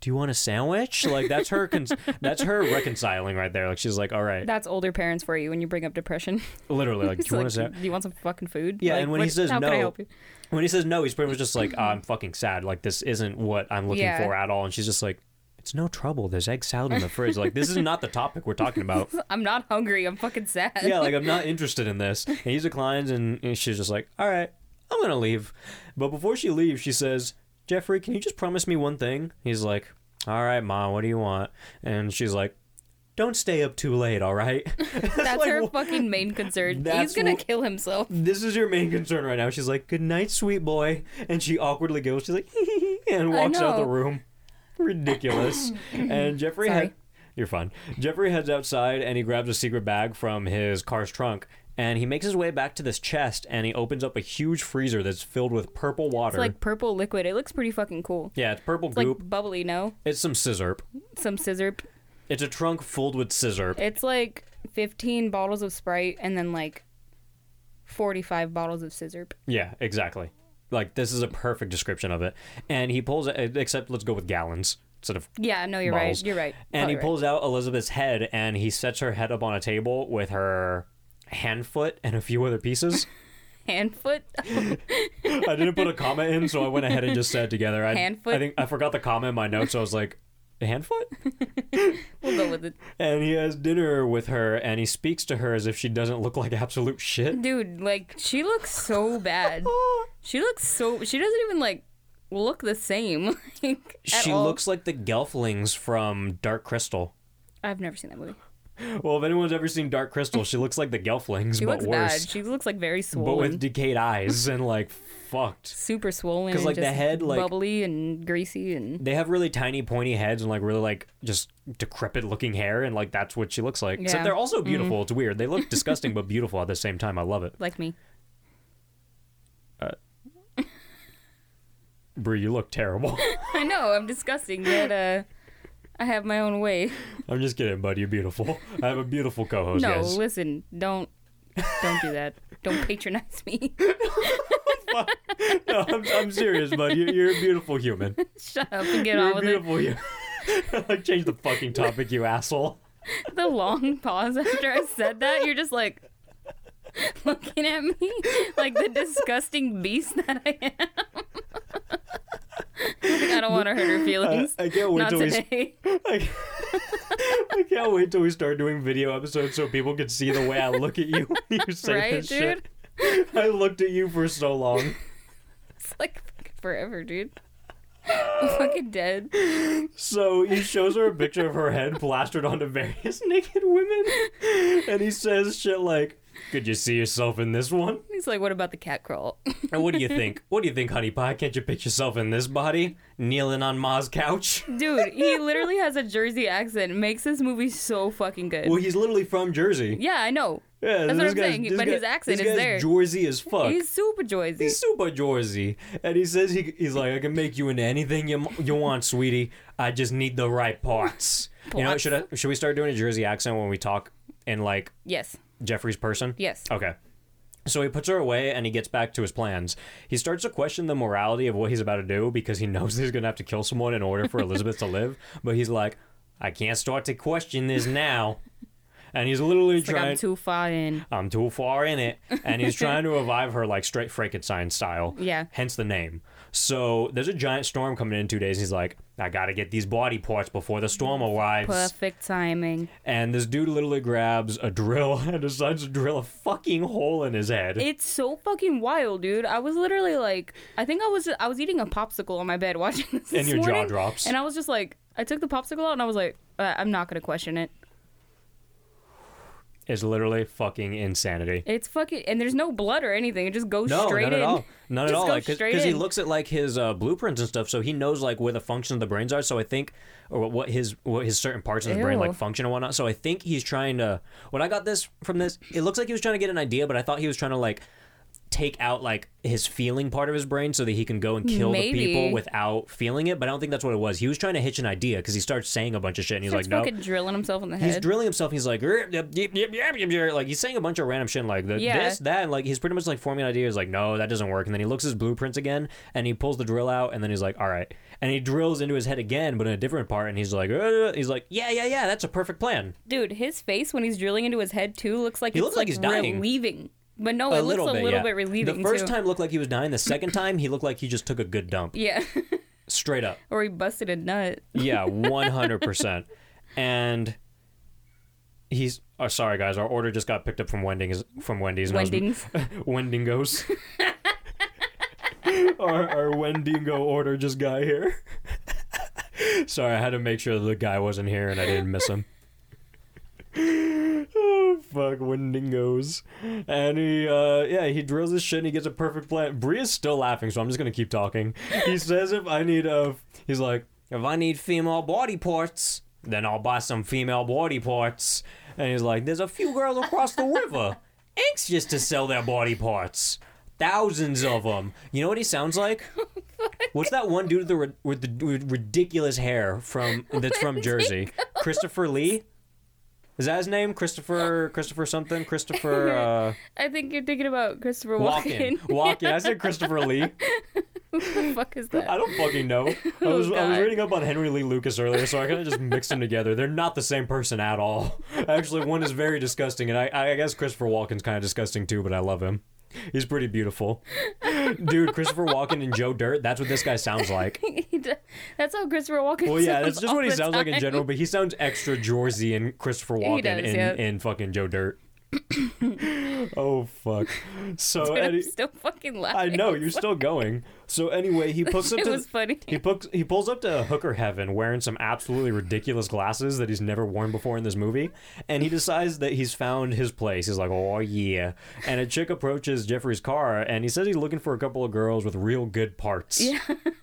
A: do you want a sandwich? Like that's her
B: (laughs)
A: cons- that's her reconciling right there. Like she's like, all right,
B: That's older parents for you when you bring up depression.
A: literally
B: (laughs)
A: like, do
B: It's
A: you want a
B: like, "Mm."
A: sandwich?
B: do you want some fucking food?
A: Yeah,
B: Like,
A: and when he
B: what-
A: says
B: how
A: no,
B: can I help you?
A: when he says no, he's pretty much just like, "Ah, I'm fucking sad. Like this isn't what I'm looking
B: Yeah.
A: for at all. And she's just like, it's no trouble. There's egg salad in the fridge. Like this is not the topic we're talking
B: (laughs)
A: about.
B: I'm not hungry. I'm fucking sad.
A: yeah, like I'm not interested in this. And he declines, and, and she's just like, all right, I'm gonna leave. But before she leaves, she says, Jeffrey, can you just promise me one thing? He's like, all right, mom, what do you want? And she's like, don't stay up too late, all right? It's
B: (laughs) That's
A: like,
B: her
A: wh-
B: fucking main
A: (laughs)
B: concern.
A: That's
B: He's gonna
A: wh-
B: kill himself.
A: This is your main concern right now. She's like, good night, sweet boy. And she awkwardly goes, she's like, (laughs) and
B: I
A: walks out the
B: know.
A: room.
B: (clears throat)
A: Ridiculous. and Jeffrey
B: Sorry.
A: had. You're fine. Jeffrey heads outside and he grabs a secret bag from his car's trunk and he makes his way back to this chest and he opens up a huge freezer that's filled with purple water.
B: It's like purple liquid. It looks pretty fucking cool.
A: yeah, it's purple
B: It's
A: goop.
B: like bubbly, no?
A: it's some scissorp.
B: Some scissor.
A: It's a trunk filled with scissorp.
B: It's like 15 bottles of Sprite and then like 45 bottles of scissor.
A: Yeah, exactly. Like this is a perfect description of it. And he pulls except let's go with gallons instead of
B: Yeah, no, you're
A: Bottles.
B: right. You're right.
A: And he
B: Probably right.
A: pulls out Elizabeth's head and he sets her head up on a table with her hand foot and a few other pieces.
B: hand foot. (laughs)
A: I didn't put a comma in, so I went ahead and just said it together. I,
B: Hand foot?
A: I think I forgot the comma in my notes, so I was like, hand foot?
B: we'll go with it.
A: And he has dinner with her and he speaks to her as if she doesn't look like absolute shit.
B: Dude, like she looks so bad. She looks so she doesn't even like look the same. (laughs) Like, at
A: She
B: all.
A: looks like the Gelflings from Dark Crystal.
B: I've never seen that movie.
A: Well, if anyone's ever seen Dark Crystal, she looks like the Gelflings,
B: She
A: but
B: looks
A: worse.
B: bad. She looks like very
A: But
B: swollen.
A: with decayed eyes and like fucked.
B: super swollen
A: 'Cause,
B: and
A: like, the
B: just
A: head, like-
B: bubbly and greasy and
A: they have really tiny pointy heads and like really like just decrepit looking hair and like that's what she looks like
B: Yeah. Mm-hmm.
A: except they're also beautiful it's weird they
B: (laughs)
A: look disgusting but beautiful at the same time i love it
B: like me.
A: brie you look
B: (laughs)
A: terrible
B: (laughs) I know I'm disgusting, but uh, I have my own way.
A: i'm just kidding bud you're beautiful i have a beautiful co-host
B: No,
A: yes (laughs)
B: listen, don't don't do that. Don't patronize me. (laughs)
A: no, I'm, I'm serious bud you're, you're a beautiful human
B: Shut up and get
A: you're
B: on
A: a
B: with
A: beautiful human (laughs) like change the fucking topic you asshole
B: it. The long pause after I said that, you're just like (laughs) looking at me like the disgusting beast that I am. (laughs) Like, I don't want to hurt her feelings.
A: (laughs) I can't wait
B: Not
A: till we-
B: today. (laughs)
A: I, I can't wait till we start doing video episodes so people can see the way I look at you when
B: (laughs)
A: you say
B: Right,
A: this shit. I looked at you for so long.
B: It's like forever, dude. (laughs) I'm fucking dead.
A: So he shows her a picture of her head plastered onto various (laughs) naked women, and he says shit like, "Could you see yourself in this one?"
B: He's like, what about the cat crawl? (laughs)
A: And what do you think? What do you think, honey pie? Can't you picture yourself in this body, kneeling on Ma's couch?
B: Dude, he literally has a Jersey accent. Makes this movie so fucking good.
A: Well, he's literally from Jersey.
B: yeah, I know.
A: Yeah,
B: That's what
A: this
B: I'm
A: guy's-
B: saying,
A: this
B: but
A: guy-
B: his accent
A: this
B: is
A: guy's
B: there.
A: Jersey as fuck.
B: He's super Jersey.
A: He's super Jersey, and he says he, he's like, I can make you into anything you you want, sweetie. I just need the right parts. You know,
B: Parts.
A: should I, should we start doing a Jersey accent when we talk in like
B: Yes.
A: Jeffrey's person?
B: Yes.
A: Okay. So he puts her away and he gets back to his plans. He starts to question the morality of what he's about to do because he knows (laughs) he's going to have to kill someone in order for Elizabeth to live. But he's like, I can't start to question this now. And he's literally
B: Like
A: trying.
B: I'm too far in.
A: I'm um, too far in it. And he's trying to revive her like straight Frankenstein style.
B: Yeah.
A: Hence the name. So there's a giant storm coming in two days. And he's like, I got to get these body parts before the storm arrives.
B: Perfect timing.
A: And this dude literally grabs a drill (laughs) and decides to drill a fucking hole in his head.
B: It's so fucking wild, dude. I was literally like, I think I was I was eating a popsicle on my bed (laughs) watching this.
A: And
B: this
A: your jaw
B: morning,
A: drops.
B: And I was just like, I took the popsicle out and I was like, uh, I'm not gonna question it.
A: is literally fucking insanity.
B: It's fucking and there's no blood or anything. It just goes
A: No,
B: straight
A: not
B: in.
A: at all. Not at
B: Just
A: all.
B: go
A: Like,
B: straight
A: because he
B: in.
A: looks at like his uh, blueprints and stuff, so he knows like where the functions of the brains are. So I think, or what- what his what his certain parts of his brain
B: Ew.
A: like function and whatnot. So I think he's trying to. When I got this from this, it looks like he was trying to get an idea, but I thought he was trying to like take out like his feeling part of his brain so that he can go and kill
B: Maybe.
A: the people without feeling it. But I don't think that's what it was. He was trying to hitch an idea because he starts saying a bunch of shit and he's
B: Starts
A: like, no,
B: fucking drilling himself in the
A: he's
B: head.
A: drilling himself. And he's like, "Yep, yep, yep, yep, yep, yep, yep," like he's saying a bunch of random shit, and like the,
B: Yeah.
A: this, that, and like he's pretty much like forming ideas. Like, no, that doesn't work. And then he looks at his blueprints again, and he pulls the drill out, and then he's like, all right, and he drills into his head again, but in a different part, and he's like, "Uh," he's like, yeah, yeah, yeah, that's a perfect plan.
B: Dude, his face when he's drilling into his head too looks like
A: He
B: it's
A: looks like he's dying.
B: relieving. But no,
A: A
B: it looks
A: little
B: a
A: bit,
B: little
A: yeah.
B: bit
A: The
B: relieving.
A: first
B: too.
A: time looked like he was dying. The second time, he looked like he just took a good dump,
B: (laughs) Yeah.
A: straight up.
B: or he busted a nut. (laughs)
A: Yeah, one hundred percent. And he's oh, sorry guys, our order just got picked up from Wendy's from Wendy's. and I was-
B: Wendy's.
A: (laughs) Wendigos. our our Wendigo order just got here. (laughs) sorry, I had to make sure the guy wasn't here and I didn't miss him. Oh fuck, Wendigos. And he uh yeah, he drills his shit and he gets a perfect plan. Bria's still laughing, so I'm just gonna keep talking. (laughs) He says if I need uh he's like, if I need female body parts, then I'll buy some female body parts. And he's like, There's a few girls across the river anxious to sell their body parts. Thousands of them. You know what he sounds like? What's that one dude with the, ri- with the with ridiculous hair from that's from Jersey? Christopher Lee? Is that his name? Christopher Christopher something? Christopher uh,
B: I think you're thinking about Christopher
A: Walken. (laughs)
B: Walken. (laughs)
A: Walken. I said Christopher Lee.
B: Who the fuck
A: (laughs)
B: is that? (laughs)
A: I don't fucking know. I was I was
B: God.
A: reading up on Henry Lee Lucas earlier, so I kind of just mixed them together. They're not the same person at all. (laughs) Actually, one is very disgusting, and I I guess Christopher Walken's kind of disgusting too, but I love him. He's pretty beautiful, dude. Christopher Walken and Joe Dirt—that's what this guy sounds like.
B: He d- That's how Christopher Walken.
A: Well, yeah,
B: sounds
A: that's just
B: all
A: what he
B: the
A: sounds like in
B: time.
A: general, but he sounds extra Jersey and Christopher Walken
B: does,
A: and,
B: yeah.
A: and fucking Joe
B: (laughs)
A: Dirt. oh fuck! So
B: But (laughs) I'm
A: Eddie,
B: still fucking
A: I
B: laughing.
A: know you're still going. So anyway, he puts up
B: (laughs) It
A: to
B: was funny.
A: he pulls he pulls up to Hooker Heaven wearing some absolutely ridiculous glasses that he's never worn before in this movie, and he decides that he's found his place. He's like, "Oh yeah!" And a chick approaches Jeffrey's car, and he says he's looking for a couple of girls with real good parts. Yeah.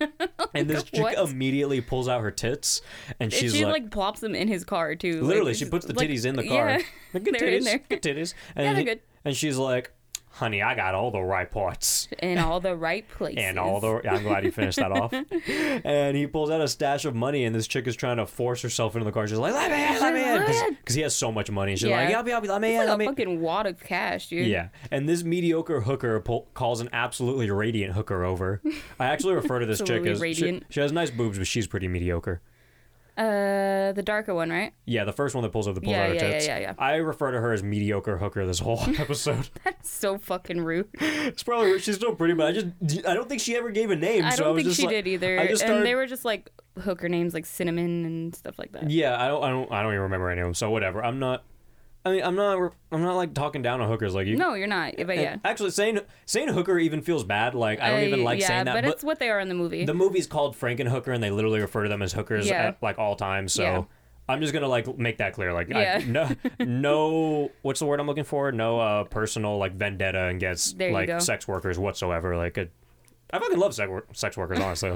A: (laughs) and this chick
B: What?
A: immediately pulls out her tits, and
B: And
A: she's
B: she
A: like,
B: like, plops them in his car too. Like,
A: uh, Literally, she
B: just-
A: puts the
B: like,
A: titties in the car.
B: (laughs) Yeah.
A: Like, good
B: They're in
A: titties,
B: there.
A: good titties. And,
B: Yeah, they're
A: he-
B: good.
A: and she's like, honey, I got all the right parts.
B: In all the right places.
A: And all the I'm glad you finished that off. (laughs) And he pulls out a stash of money, and this chick is trying to force herself into the car. She's like, "Let me in, let me
B: Let me
A: in,"
B: in.
A: because he has so much money. She's like,
B: Yeah.
A: "Yup, yup, let me in, let
B: It's like "Oh, a
A: me." in."
B: fucking wad of cash, dude.
A: Yeah, and this mediocre hooker pull, calls an absolutely radiant hooker
B: (laughs)
A: over. I actually refer to this chick
B: Absolutely
A: as she,
B: radiant.
A: she has nice boobs, but she's pretty mediocre.
B: Uh, the darker one, right?
A: Yeah, the first one that pulls over the pulls
B: Yeah,
A: out her
B: yeah, yeah,
A: tits.
B: yeah, yeah.
A: I refer to her as mediocre hooker this whole (laughs) episode.
B: So fucking
A: (laughs)
B: rude.
A: it's probably she's still pretty, but I just I don't think she ever gave a name.
B: I
A: so
B: don't
A: was
B: think
A: just
B: she
A: like-
B: did either.
A: I
B: And
A: just started,
B: they were just like hooker names like Cinnamon and stuff like that.
A: Yeah, I don't, I don't, I don't even remember any of them. So whatever. I'm not. I mean, I'm not. I'm not like talking down on hookers like you.
B: No, you're not. But yeah.
A: Actually, saying saying hooker even feels bad. Like I don't even like
B: yeah,
A: saying that.
B: but,
A: But,
B: it's what they are in the movie.
A: the movie's called Frankenhooker, and they literally refer to them as hookers
B: Yeah.
A: at, like all time. So
B: Yeah.
A: I'm just gonna like make that clear. Like
B: Yeah.
A: I,
B: (laughs)
A: no, no. What's the word I'm looking for? No uh, personal like vendetta against
B: There you go.
A: like sex workers whatsoever. Like it, I fucking love sex, wor- sex workers. Honestly,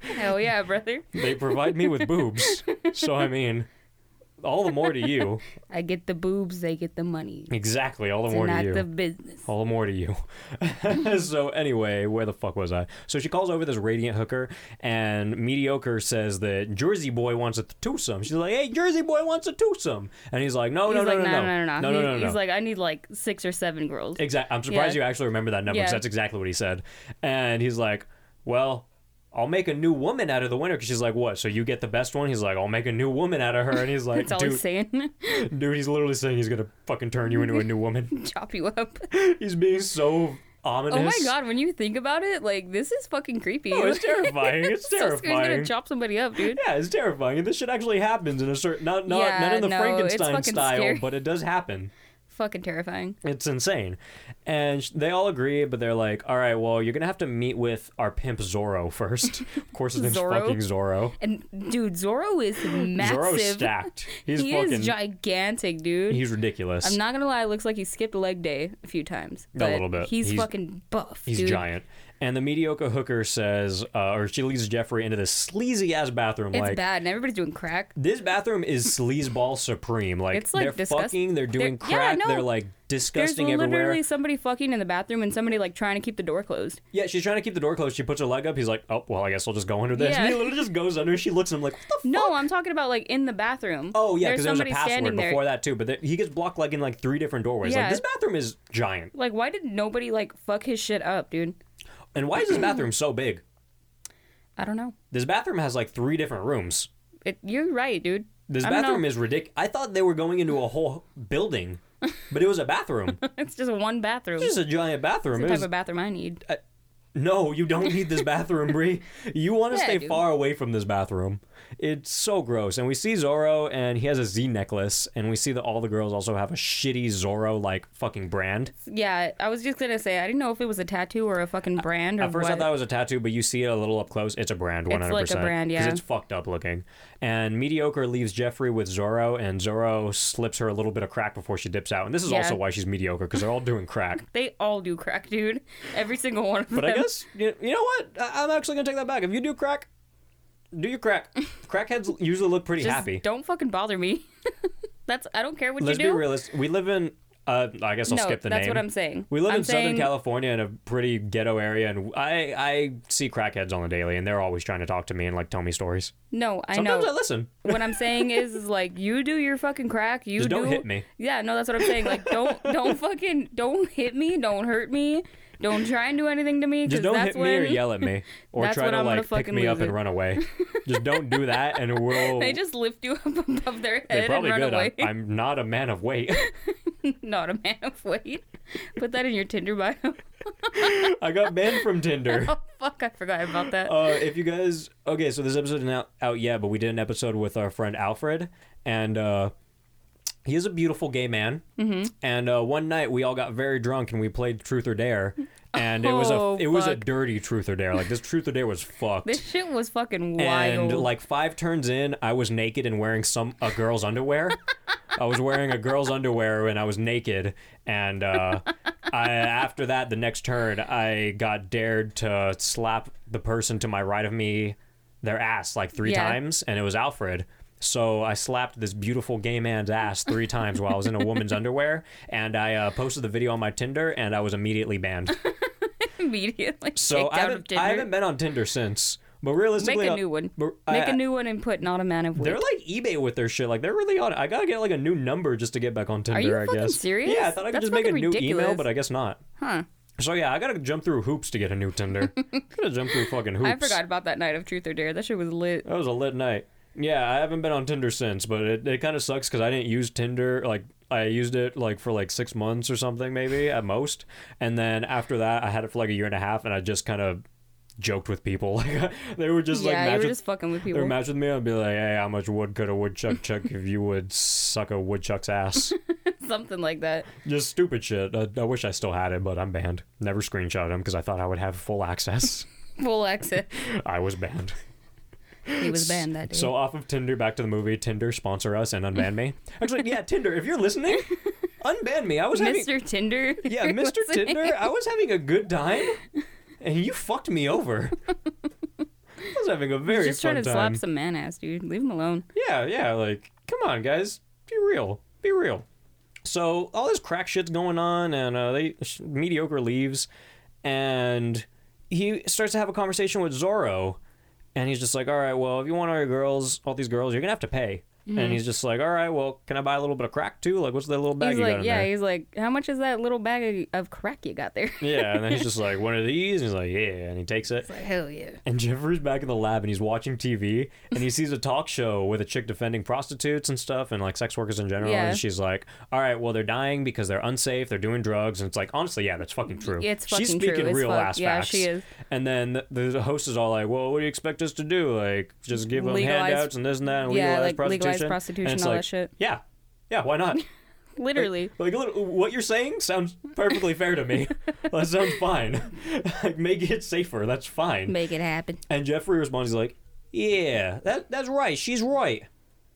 B: Hell yeah, brother.
A: they provide me with boobs. So I mean, all the more to you.
B: I get the boobs, they get the money.
A: Exactly. All the more to
B: Not
A: you.
B: the business.
A: All the more to you. (laughs) so anyway, where the fuck was I? So she calls over this radiant hooker, and mediocre says that Jersey boy wants a twosome. She's like, "Hey, Jersey boy wants a twosome," and he's like, "No,
B: He's
A: Oh, no,
B: like,
A: no, no,
B: no, no, no,
A: no, no, no,
B: He-
A: no."
B: He's like, I need like six or seven girls.
A: Exactly. I'm surprised
B: Yeah.
A: you actually remember that number. 'cause
B: Yeah.
A: That's exactly what he said. And he's like, "Well, I'll make a new woman out of the winner." Because she's like, "What? So you get the best one?" He's like, "I'll make a new woman out of her." And he's like,
B: (laughs) That's all
A: "Dude,
B: he's saying. (laughs)
A: dude, he's literally saying he's gonna fucking turn you into a new woman."
B: Chop you up.
A: he's being so ominous.
B: Oh my
A: (laughs)
B: god, when you think about it, like this is fucking creepy.
A: No, it's
B: (laughs)
A: terrifying. It's
B: Sucker's gonna
A: terrifying.
B: chop somebody up, dude.
A: Yeah, it's terrifying, and this shit actually happens in a certain not not
B: Yeah,
A: not in the
B: no, it's
A: Frankenstein
B: fucking
A: style,
B: scary.
A: but it does happen.
B: fucking terrifying.
A: It's insane. And sh- they all agree, but they're like, all right, well, you're going to have to meet with our pimp Zorro first. (laughs) of course, his name's
B: Zorro?
A: fucking Zorro.
B: And dude, Zorro is
A: Zorro's
B: massive. (laughs)
A: stacked. He's
B: he
A: fucking.
B: is gigantic, dude.
A: he's ridiculous.
B: I'm not gonna lie, it looks like he skipped leg day a few times. but
A: little bit.
B: He's,
A: He's-
B: fucking buff.
A: He's
B: dude.
A: giant. And the mediocre hooker says, uh, or she leads Jeffrey into this sleazy ass bathroom.
B: It's
A: like,
B: bad, and everybody's doing crack.
A: this bathroom is sleazeball supreme. Like,
B: It's, like,
A: they're
B: disgust-
A: fucking, they're doing
B: yeah,
A: crack,
B: no.
A: they're like
B: There's
A: disgusting
B: literally
A: everywhere.
B: somebody fucking in the bathroom and somebody like trying to keep the door closed.
A: Yeah, she's trying to keep the door closed. She puts her leg up. He's like, oh, well, I guess I'll just go under this.
B: Yeah.
A: And he literally just goes under. She looks at him like, what the
B: No, I'm talking about like in the bathroom.
A: Oh yeah,
B: there's
A: because there was a
B: somebody
A: password
B: standing there.
A: before that too. But th- he gets blocked like in like three different doorways.
B: Yeah.
A: Like this bathroom is giant.
B: Like, why did nobody like fuck his shit up, dude?
A: And why is this bathroom so big?
B: I don't know.
A: This bathroom has like three different rooms.
B: It, you're right, dude.
A: This
B: I don't
A: bathroom
B: know.
A: is ridiculous. I thought they were going into a whole building, but it was a bathroom.
B: (laughs) It's just one bathroom.
A: it's just a giant bathroom.
B: the
A: It
B: type
A: was-
B: of bathroom I need.
A: no, you don't need this bathroom, Bree.
B: (laughs)
A: You want to
B: Yeah, I
A: stay
B: do.
A: far away from this bathroom. It's so gross. And we see Zorro, and he has a Z necklace, and we see that all the girls also have a shitty Zorro like fucking brand.
B: Yeah, I was just gonna say I didn't know if it was a tattoo or a fucking brand or
A: At first,
B: what.
A: I thought it was a tattoo, but you see it a little up close. It's a brand, one
B: like a
A: hundred percent.
B: brand, yeah.
A: Because it's fucked up looking. And mediocre leaves Jeffrey with Zorro, and Zorro slips her a little bit of crack before she dips out. And this is
B: Yeah.
A: also why she's mediocre because they're all doing crack.
B: they all do crack, dude. Every single one of
A: But
B: them.
A: I guess you, you know what? I, I'm actually gonna take that back. If you do crack, do your
B: (laughs)
A: crack. Crackheads usually look pretty
B: Just
A: happy.
B: Don't fucking bother me. (laughs) that's I don't care what
A: Let's
B: you
A: be
B: do.
A: realist. We live in. Uh, I guess I'll
B: No,
A: skip the
B: that's
A: name.
B: what I'm saying.
A: We live
B: I'm
A: in
B: saying-
A: Southern California in a pretty ghetto area, and I I see crackheads on the daily, and they're always trying to talk to me and like tell me stories.
B: No, I
A: Sometimes I
B: know.
A: listen.
B: what I'm saying is, is like you do your fucking crack. You
A: Just
B: do.
A: don't hit me.
B: Yeah, no, that's what I'm saying. Like
A: (laughs)
B: don't don't fucking don't hit me. Don't hurt me. Don't try and do anything to me. 'cause
A: Just don't hit
B: that's when
A: me or yell at me or
B: That's
A: try
B: when
A: to
B: I'm gonna
A: like pick
B: fucking
A: me up
B: lose
A: and
B: it.
A: run away. Just don't do that, and we'll.
B: (laughs) They just lift you up above their
A: They
B: head and
A: probably
B: run
A: good.
B: away.
A: I'm, I'm not a man of weight.
B: (laughs)
A: (laughs)
B: Not a man of weight. Put that in your Tinder bio. (laughs)
A: I got banned from Tinder.
B: Oh fuck, I forgot about that.
A: Uh, if you guys okay, so this episode is now out yeah, but we did an episode with our friend Alfred, and uh, he is a beautiful gay man. Mm-hmm. And uh, one night we all got very drunk and we played Truth or Dare, and it was
B: Oh,
A: a it was a
B: fuck.
A: dirty Truth or Dare. Like this Truth or Dare was fucked.
B: this shit was fucking wild.
A: and like five turns in i was naked and wearing some a girl's underwear i was wearing a girl's underwear and i was naked and uh, I, after that the next turn i got dared to slap the person to my right of me their ass like three
B: Yeah.
A: times and it was alfred so I slapped this beautiful gay man's ass three times while I was
B: (laughs)
A: in a woman's underwear, and I uh, posted the video on my Tinder, and I was immediately
B: (laughs)
A: banned.
B: (laughs) immediately
A: So
B: kicked
A: I
B: out of
A: haven't,
B: Tinder.
A: I haven't been on Tinder since. But
B: Make
A: realistically,
B: a
A: I-
B: new one.
A: but I-
B: Make a new one and put not a man of weight.
A: They're like eBay with their shit. Like they're really on it. I gotta get like a new number just to get back on Tinder.
B: you
A: I
B: fucking
A: guess.
B: serious?
A: Yeah, I thought I could
B: That's
A: just make a
B: fucking
A: new email,
B: ridiculous.
A: but I guess not.
B: Huh.
A: So yeah, I gotta jump through hoops to get a new
B: (laughs)
A: Tinder. I gotta jump through fucking hoops.
B: I forgot about that night of Truth or Dare. That shit was lit.
A: That was a lit night. Yeah, I haven't been on Tinder since, but it, it kind of sucks because I didn't use Tinder. Like I used it like for like six months or something, maybe at most. And then after that, I had it for like a year and a half, and I just kind of joked with people. (laughs) Like they were just like
B: yeah,
A: match
B: you were
A: with-
B: just fucking with
A: Or
B: people.
A: match with me, I'd be like, hey, how much wood could a woodchuck chuck if you would suck a woodchuck's
B: (laughs)
A: ass?
B: (laughs) Something like that.
A: Just stupid shit. I, I wish I still had it, but I'm banned. Never screenshot them because I thought I would have full access. (laughs)
B: Full accent.
A: I was
B: (laughs)
A: banned.
B: He was banned that day.
A: So off of Tinder, back to the movie. Tinder sponsor us and unban
B: (laughs)
A: me. Actually, yeah, Tinder, if you're listening, unban me. I was having
B: Mr. Tinder.
A: (laughs)
B: (laughs)
A: yeah, Mr.
B: What's it?
A: Tinder. I was having a good
B: (laughs)
A: time, and you fucked me over. I was having a very
B: Just
A: fun
B: trying to
A: time.
B: slap some man ass, dude. Leave him alone.
A: Yeah, yeah, like, come on, guys. Be real. Be real. So, all this crack shit's going on, and uh, they sh- mediocre leaves, and he starts to have a conversation with Zorro, and he's just like, all right, well, if you want all your girls, all these girls, you're gonna have to pay.
B: Mm-hmm.
A: And he's just like, all right, well, can I buy a little bit of crack too? Like, what's that little bag
B: He's
A: you
B: like,
A: got in
B: yeah.
A: there?
B: He's like, how much is that little bag of, of crack you got there? (laughs)
A: yeah, and then he's just like, one of these, and he's like, yeah, and he takes it.
B: It's like, hell yeah.
A: And Jeffrey's back in the lab and he's watching TV and he sees a talk show with a chick defending prostitutes and stuff and like sex workers in general.
B: Yeah.
A: And she's like, all right, well, they're dying because they're unsafe. They're doing drugs. And it's like, honestly, yeah, that's fucking true.
B: It's
A: she's
B: fucking
A: speaking
B: true as
A: real
B: fuck.
A: ass
B: Yeah,
A: facts.
B: she is.
A: And then the, the host is all like, well, what do you expect us to do? Like, just give them
B: Legalize-
A: handouts and this and that and
B: Yeah,
A: legalize
B: like, legalize
A: prostitution.
B: prostitution,
A: and it's
B: all that
A: like,
B: shit.
A: Yeah. Yeah, why not? (laughs)
B: Literally.
A: Like lit- what you're saying sounds perfectly fair to me. (laughs) that sounds fine. (laughs) like make it safer. That's fine.
B: Make it happen.
A: And Jeffrey responds, he's like, "Yeah, that that's right. She's right.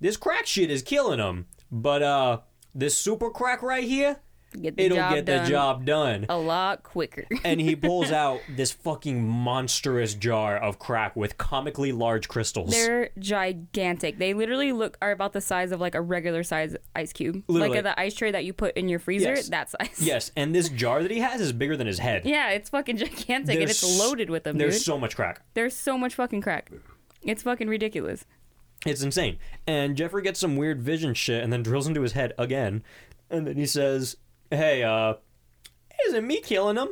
A: This crack shit is killing him. But uh, this super crack right here,
B: Get the
A: it'll
B: job
A: get
B: done
A: the job
B: (laughs)
A: done."
B: a lot quicker. (laughs)
A: and he pulls out this fucking monstrous jar of crack with comically large crystals.
B: They're gigantic. They literally look are about the size of like a regular size ice cube,
A: Literally.
B: like uh, the ice tray that you put in your freezer.
A: Yes.
B: That size.
A: yes, and this jar that he has is bigger than his head.
B: (laughs) Yeah, it's fucking gigantic and
A: There's-
B: it's loaded with them,
A: There's
B: dude.
A: so much crack.
B: There's so much fucking crack. It's fucking ridiculous. (laughs)
A: It's insane. And Jeffrey gets some weird vision shit and then drills into his head again. And then he says, Hey, uh, it isn't me killing him.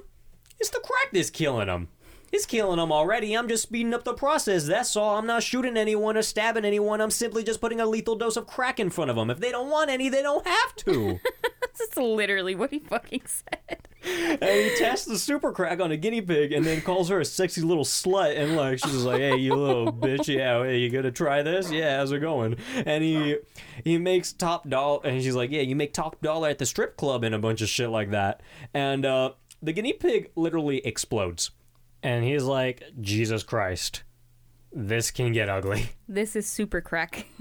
A: It's the crack that's killing him. It's killing him already. I'm just speeding up the process. That's all. I'm not shooting anyone or stabbing anyone. I'm simply just putting a lethal dose of crack in front of them. If they don't want any, they don't have to.
B: That's literally what he fucking said.
A: and he tests the super crack on a guinea pig and then calls her a sexy little slut and like she's just like hey you little bitch yeah hey you gonna try this yeah how's it going and he he makes top dollar and she's like yeah you make top dollar at the strip club and a bunch of shit like that and uh the guinea pig literally explodes and he's like jesus christ this can get ugly
B: This is super crack. (laughs)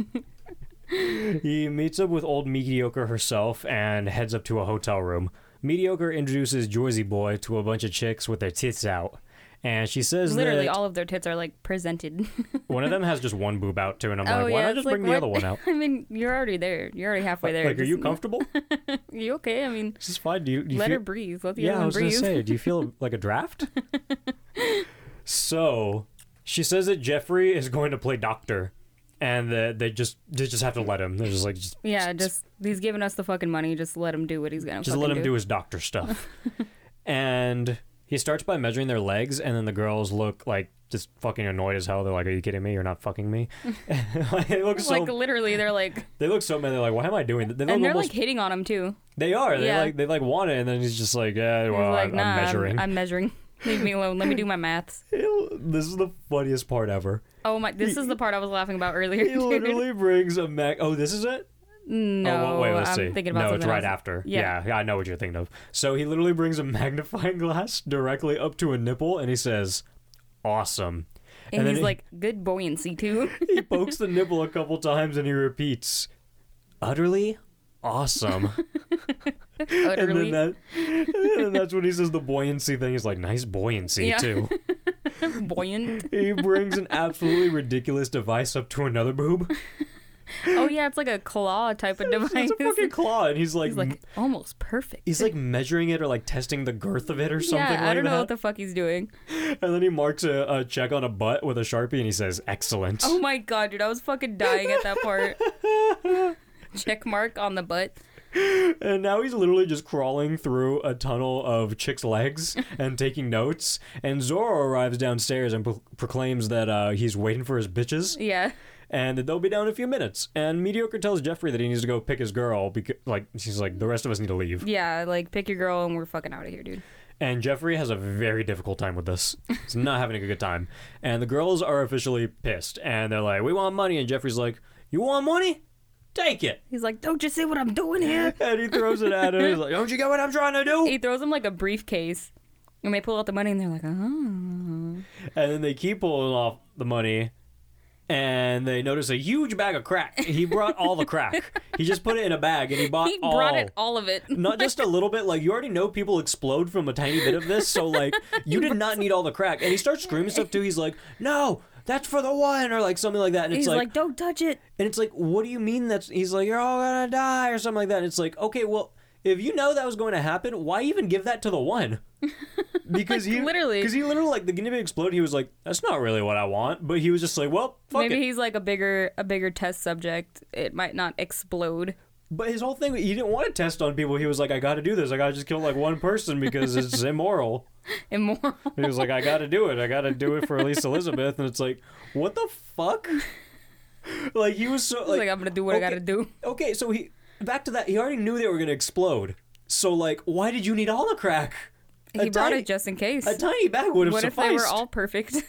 A: he meets up with old Mediocre herself and heads up to a hotel room. Mediocre introduces Jorsey Boy to a bunch of chicks with their tits out. And she says
B: literally,
A: that
B: all of their tits are like presented. (laughs)
A: one of them has just one boob out too, and I'm
B: oh
A: like,
B: yeah,
A: why not
B: it's
A: just
B: like,
A: bring the
B: what-
A: other one out?
B: (laughs) I mean, you're already there. You're already halfway there.
A: like, are
B: Just-
A: you
B: (laughs)
A: comfortable?
B: you okay? I mean,
A: This is fine. Do you, do you
B: let
A: feel-
B: her breathe. Let the
A: Yeah,
B: other
A: I
B: one
A: was
B: breathe.
A: gonna say, do you feel like a draft? so she says that Jeffrey is going to play doctor, and that they just they just have to let him. They're just like, just
B: (laughs) Yeah, just he's giving us the fucking money. Just let him do what he's gonna.
A: just
B: fucking
A: let him do. his doctor
B: (laughs)
A: stuff. and he starts by measuring their legs, and then the girls look like just fucking annoyed as hell. They're like, "Are you kidding me? You're not fucking
B: (laughs)
A: me." (laughs) Like, they look so
B: Like literally,
A: (laughs)
B: they're like,
A: they look so mad. They're like, "Why am I doing this?" They look
B: and they're
A: almost
B: like hitting on him too.
A: they are. They
B: yeah.
A: like they like want it, and then he's just like, "Yeah,
B: He's
A: well,
B: like,
A: I'm,
B: nah,
A: I'm measuring."
B: I'm measuring. Leave me alone. Let me do my maths.
A: (laughs) This is the funniest part ever.
B: Oh my! This is the part I was laughing
A: (laughs)
B: about earlier.
A: He
B: (laughs) dude.
A: literally brings a Mac. Oh, this is it.
B: No,
A: oh, wait, let's
B: I'm
A: see.
B: thinking about
A: no, it's
B: something
A: right
B: else.
A: after.
B: Yeah.
A: Yeah. I know what you're thinking of. So he literally brings a (laughs) magnifying glass directly up to a nipple, and he says, "Awesome."
B: And,
A: then
B: he's
A: he-
B: like, good buoyancy too. (laughs)
A: he pokes the nipple a couple times, and he repeats, "Utterly
B: (laughs)
A: awesome." (laughs) and
B: Utterly.
A: then that, and then that's when he says the buoyancy thing. He's like, "Nice buoyancy
B: Yeah. (laughs)
A: too."
B: buoyant.
A: (laughs) He brings an absolutely ridiculous device up to another
B: (laughs)
A: boob.
B: Oh yeah, it's like a claw type of device. (laughs)
A: It's a fucking claw, and he's like, (laughs)
B: He's like almost perfect.
A: he's like measuring it or like testing the girth of it or something
B: yeah,
A: like
B: I don't know
A: that.
B: what the fuck he's doing.
A: (laughs) And then he marks a, a check on a butt with a sharpie, and he says, "Excellent."
B: Oh my god, dude, I was fucking dying at that
A: (laughs)
B: part. Check mark on the butt.
A: And now he's literally just crawling through a tunnel of chicks' legs and taking notes. And Zoro arrives downstairs and pro- proclaims that uh, he's waiting for his bitches,
B: Yeah.
A: and that they'll be down in a few minutes. And mediocre tells Jeffrey that he needs to go pick his girl because, like, she's like, the rest of us need to leave.
B: Yeah, like pick your girl and we're fucking out of here, dude.
A: And Jeffrey has a very difficult time with this. He's not having a good time. And the girls are officially pissed. And they're like, we want money. And Jeffrey's like, you want money? Take it.
B: He's like, Don't you see what I'm doing here?
A: (laughs) And he throws it at him. He's like, don't you get what I'm trying to do?
B: (laughs) He throws him like a briefcase. And they pull out the money and they're like, oh.
A: And then they keep pulling off the money. And they notice a huge bag of crack. He brought all the crack. he just put it in a bag and he bought
B: He
A: all.
B: brought it all of it.
A: not just a little bit. Like you already know, people explode from a tiny bit of this. So like, you did not need all the crack. And he starts screaming stuff too. He's like, "No, that's for the one," or like something like that. And it's
B: (laughs) He's
A: like,
B: like, Don't touch it.
A: and it's like, what do you mean that's? He's like, "You're all gonna die," or something like that. And it's like, okay, well, if you know that was going to happen, why even give that to the one?
B: (laughs)
A: Because he
B: literally.
A: because he literally like the guinea pig exploded. He was like, "That's not really what I want," but he was just like, "Well, fuck
B: Maybe
A: it."
B: he's like a bigger a bigger test subject. It might not explode.
A: But his whole thing, he didn't want to test on people. He was like, "I got to do this. I got to just kill like one person because
B: (laughs)
A: it's immoral."
B: Immoral.
A: He was like, I gotta do it. I gotta do it for
B: (laughs)
A: Elise Elizabeth. And it's like, what the fuck? Like he was so like,
B: He's like, I'm gonna do what
A: okay-
B: I gotta do.
A: Okay, so he back to that. He already knew they were gonna explode. So like, why did you need all the crack?
B: He brought
A: tiny,
B: it just in case.
A: a tiny bag would have
B: What if they
A: sufficed.
B: were all perfect? (laughs)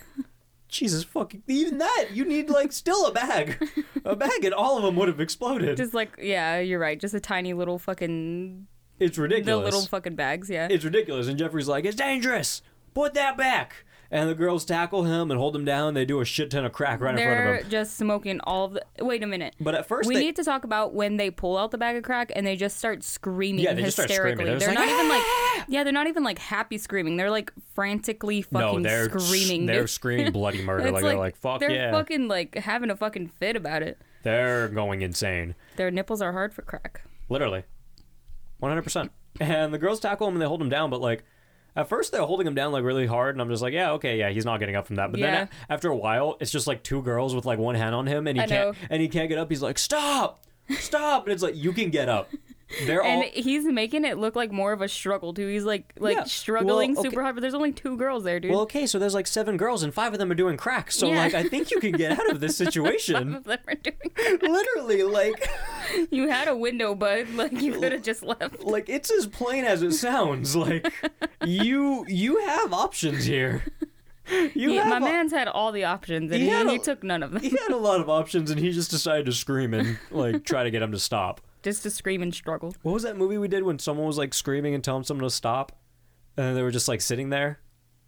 A: Jesus fucking even that you need like still a
B: (laughs)
A: bag, a bag, and all of them would have exploded.
B: Just like yeah, you're right. Just a tiny little fucking
A: it's
B: the
A: ridiculous.
B: little fucking bags. Yeah.
A: it's ridiculous. And Jeffrey's like, it's dangerous. Put that back. And the girls tackle him and hold him down. They do a shit ton of crack right in front of
B: They're
A: him.
B: just smoking all of the. Wait a minute.
A: But at first,
B: we
A: they,
B: need to talk about when they pull out the bag of crack and they just start screaming
A: Yeah, they just start
B: hysterically.
A: screaming. They're just
B: They're,
A: like, "Ah!"
B: not even like yeah, they're not even like happy screaming. They're like frantically
A: no,
B: fucking
A: they're
B: screaming.
A: They're
B: (laughs) dude.
A: screaming bloody murder.
B: It's
A: like, they're like, fuck
B: they're
A: yeah,
B: fucking like having a fucking fit about it.
A: they're going insane.
B: Their nipples are hard for crack.
A: Literally. 100%. (laughs) And the girls tackle him and they hold him down, but like, at first they're holding him down like really hard, and I'm just like, yeah, okay, yeah, he's not getting up from that. But then
B: Yeah.
A: a- after a while, it's just like two girls with like one hand on him, and he
B: I
A: can't,
B: know.
A: and he can't get up. He's like, stop, stop, and it's like you can get up. They're all
B: And he's making it look like more of a struggle too. He's like like
A: Yeah.
B: struggling
A: Well, okay.
B: super hard, but there's only two girls there, dude. (laughs)
A: well, okay, so there's like seven girls, and five of them are doing crack. So
B: Yeah.
A: like, I think you can get out of
B: (laughs)
A: this
B: Some
A: situation.
B: of them are doing.
A: Literally, like,
B: You had a window, bud. Like you could have just left.
A: like it's as plain as it sounds. Like, you you have options here. You
B: He-
A: have
B: my
A: op-
B: man's had all the options, and
A: He
B: he,
A: had a-
B: he took none of
A: (laughs)
B: them.
A: he had a lot of options and he just decided to scream and like try to get him to stop.
B: just to scream and struggle.
A: What was that movie we did when someone was like screaming and telling someone to stop and then they were just like sitting there?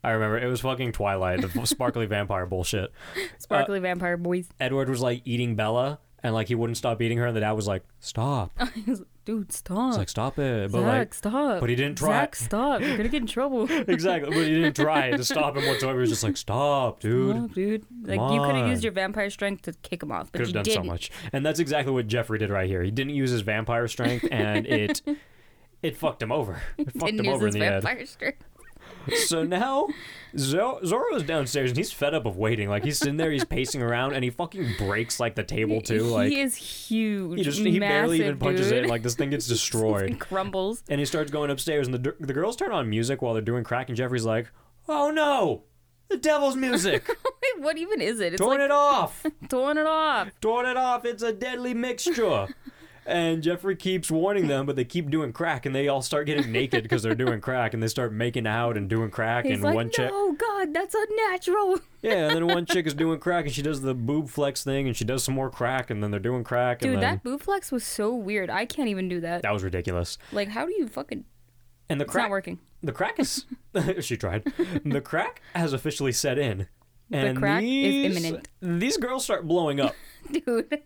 A: I remember it was fucking Twilight, the
B: (laughs)
A: sparkly vampire bullshit.
B: Sparkly vampire boys. (laughs)
A: Edward was like eating Bella and like he wouldn't stop eating her and the dad was like, "Stop." It's
B: He was like, Dude, stop.
A: like, "Stop it." But
B: Zach,
A: like
B: stop.
A: but he didn't try.
B: Zach, stop. You're gonna get
A: (laughs)
B: in trouble.
A: exactly, but he didn't try
B: (laughs)
A: to stop him whatsoever. He was just like, "Stop, dude."
B: No, dude. Like you could have
A: on.
B: used your vampire strength to kick him off, but
A: could
B: you
A: have done
B: didn't.
A: so much. And that's exactly what Jeffrey did right here. He didn't use his vampire strength, and
B: (laughs)
A: it it fucked him over. It fucked
B: Didn't
A: him
B: use
A: over in
B: his
A: the
B: vampire strength.
A: end. So now Zo- Zoro's downstairs, and he's fed up of waiting. Like he's sitting there, he's pacing around, and he fucking breaks like the table (laughs) too. Like
B: he is huge.
A: he just he barely
B: massive,
A: even punches
B: dude.
A: it. Like this thing gets destroyed.
B: (laughs) And crumbles.
A: and he starts going upstairs, and the dir- the girls turn on music while they're doing crack, and Jeffrey's like, "Oh no, the devil's
B: (laughs)
A: music!
B: Wait, what even is it? It's
A: Turn
B: like
A: it off!"
B: torn it off.
A: Turn it off. It's a deadly mixture. and Jeffrey keeps warning them, but they keep doing crack, and they all start getting naked because they're doing crack, and they start making out and doing crack.
B: He's
A: and
B: like,
A: one chick,
B: no, God, that's unnatural.
A: yeah, and then one chick is doing crack, and she does the boob flex thing, and she does some more crack, and then they're doing crack,
B: Dude,
A: and then
B: that boot flex was so weird. I can't even do that.
A: that was ridiculous.
B: Like, how do you fucking?
A: And the
B: It's not
A: crack,
B: working. (laughs)
A: the crack is (laughs) she tried. The crack has officially set in. And
B: crack is
A: these-
B: imminent.
A: These girls start blowing up.
B: dude. (laughs)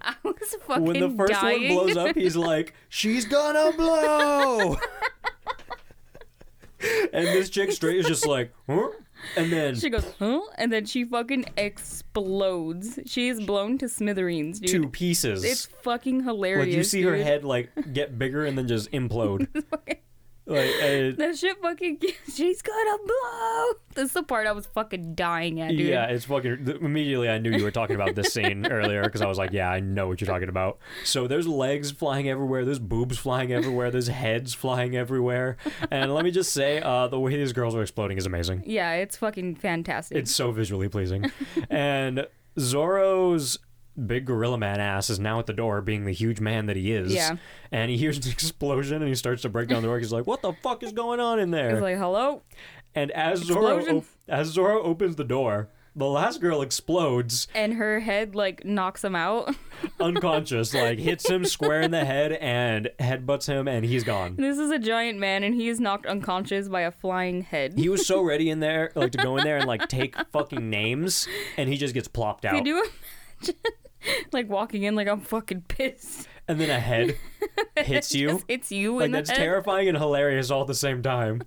B: I was fucking
A: when the first
B: dying.
A: one blows up,
B: (laughs)
A: he's like, "She's gonna blow," and this chick straight is just like, huh? and then
B: she goes, huh? And then she fucking explodes. She is blown to smithereens, dude.
A: two pieces.
B: It's fucking hilarious.
A: like you see her
B: dude. (laughs)
A: head like get bigger and then just implode. like uh,
B: That shit fucking. (laughs) She's gonna blow. That's the part I was fucking dying at, dude.
A: yeah, it's fucking. th- Immediately, I knew you were talking about this scene (laughs) earlier because I was like, yeah, I know what you're talking about. So there's legs flying everywhere, there's boobs flying everywhere, there's heads flying everywhere, and let me just say, uh, the way these girls are exploding is amazing.
B: Yeah, it's fucking fantastic.
A: It's so visually pleasing. and Zorro's big gorilla man ass is now at the door, being the huge man that he is.
B: Yeah.
A: And he hears an (laughs) explosion and he starts to break down the door. He's like, "What the fuck is going on in there?"
B: It's like, hello?
A: and as Zorro
B: Explosion.
A: op- as Zorro opens the door, the last girl explodes,
B: And her head, like, knocks him out. (laughs)
A: unconscious, like hits him square in the head and headbutts him, and he's gone.
B: this is a giant man, and he is knocked unconscious by a flying head.
A: He was so ready in there, like to go in there and like take fucking names, and he just gets plopped out,
B: Could you (laughs) imagine? like, walking in, like, I'm fucking pissed.
A: and then a
B: (laughs)
A: head hits you.
B: It's you
A: like
B: in the
A: that's
B: head.
A: terrifying and hilarious all at the same time.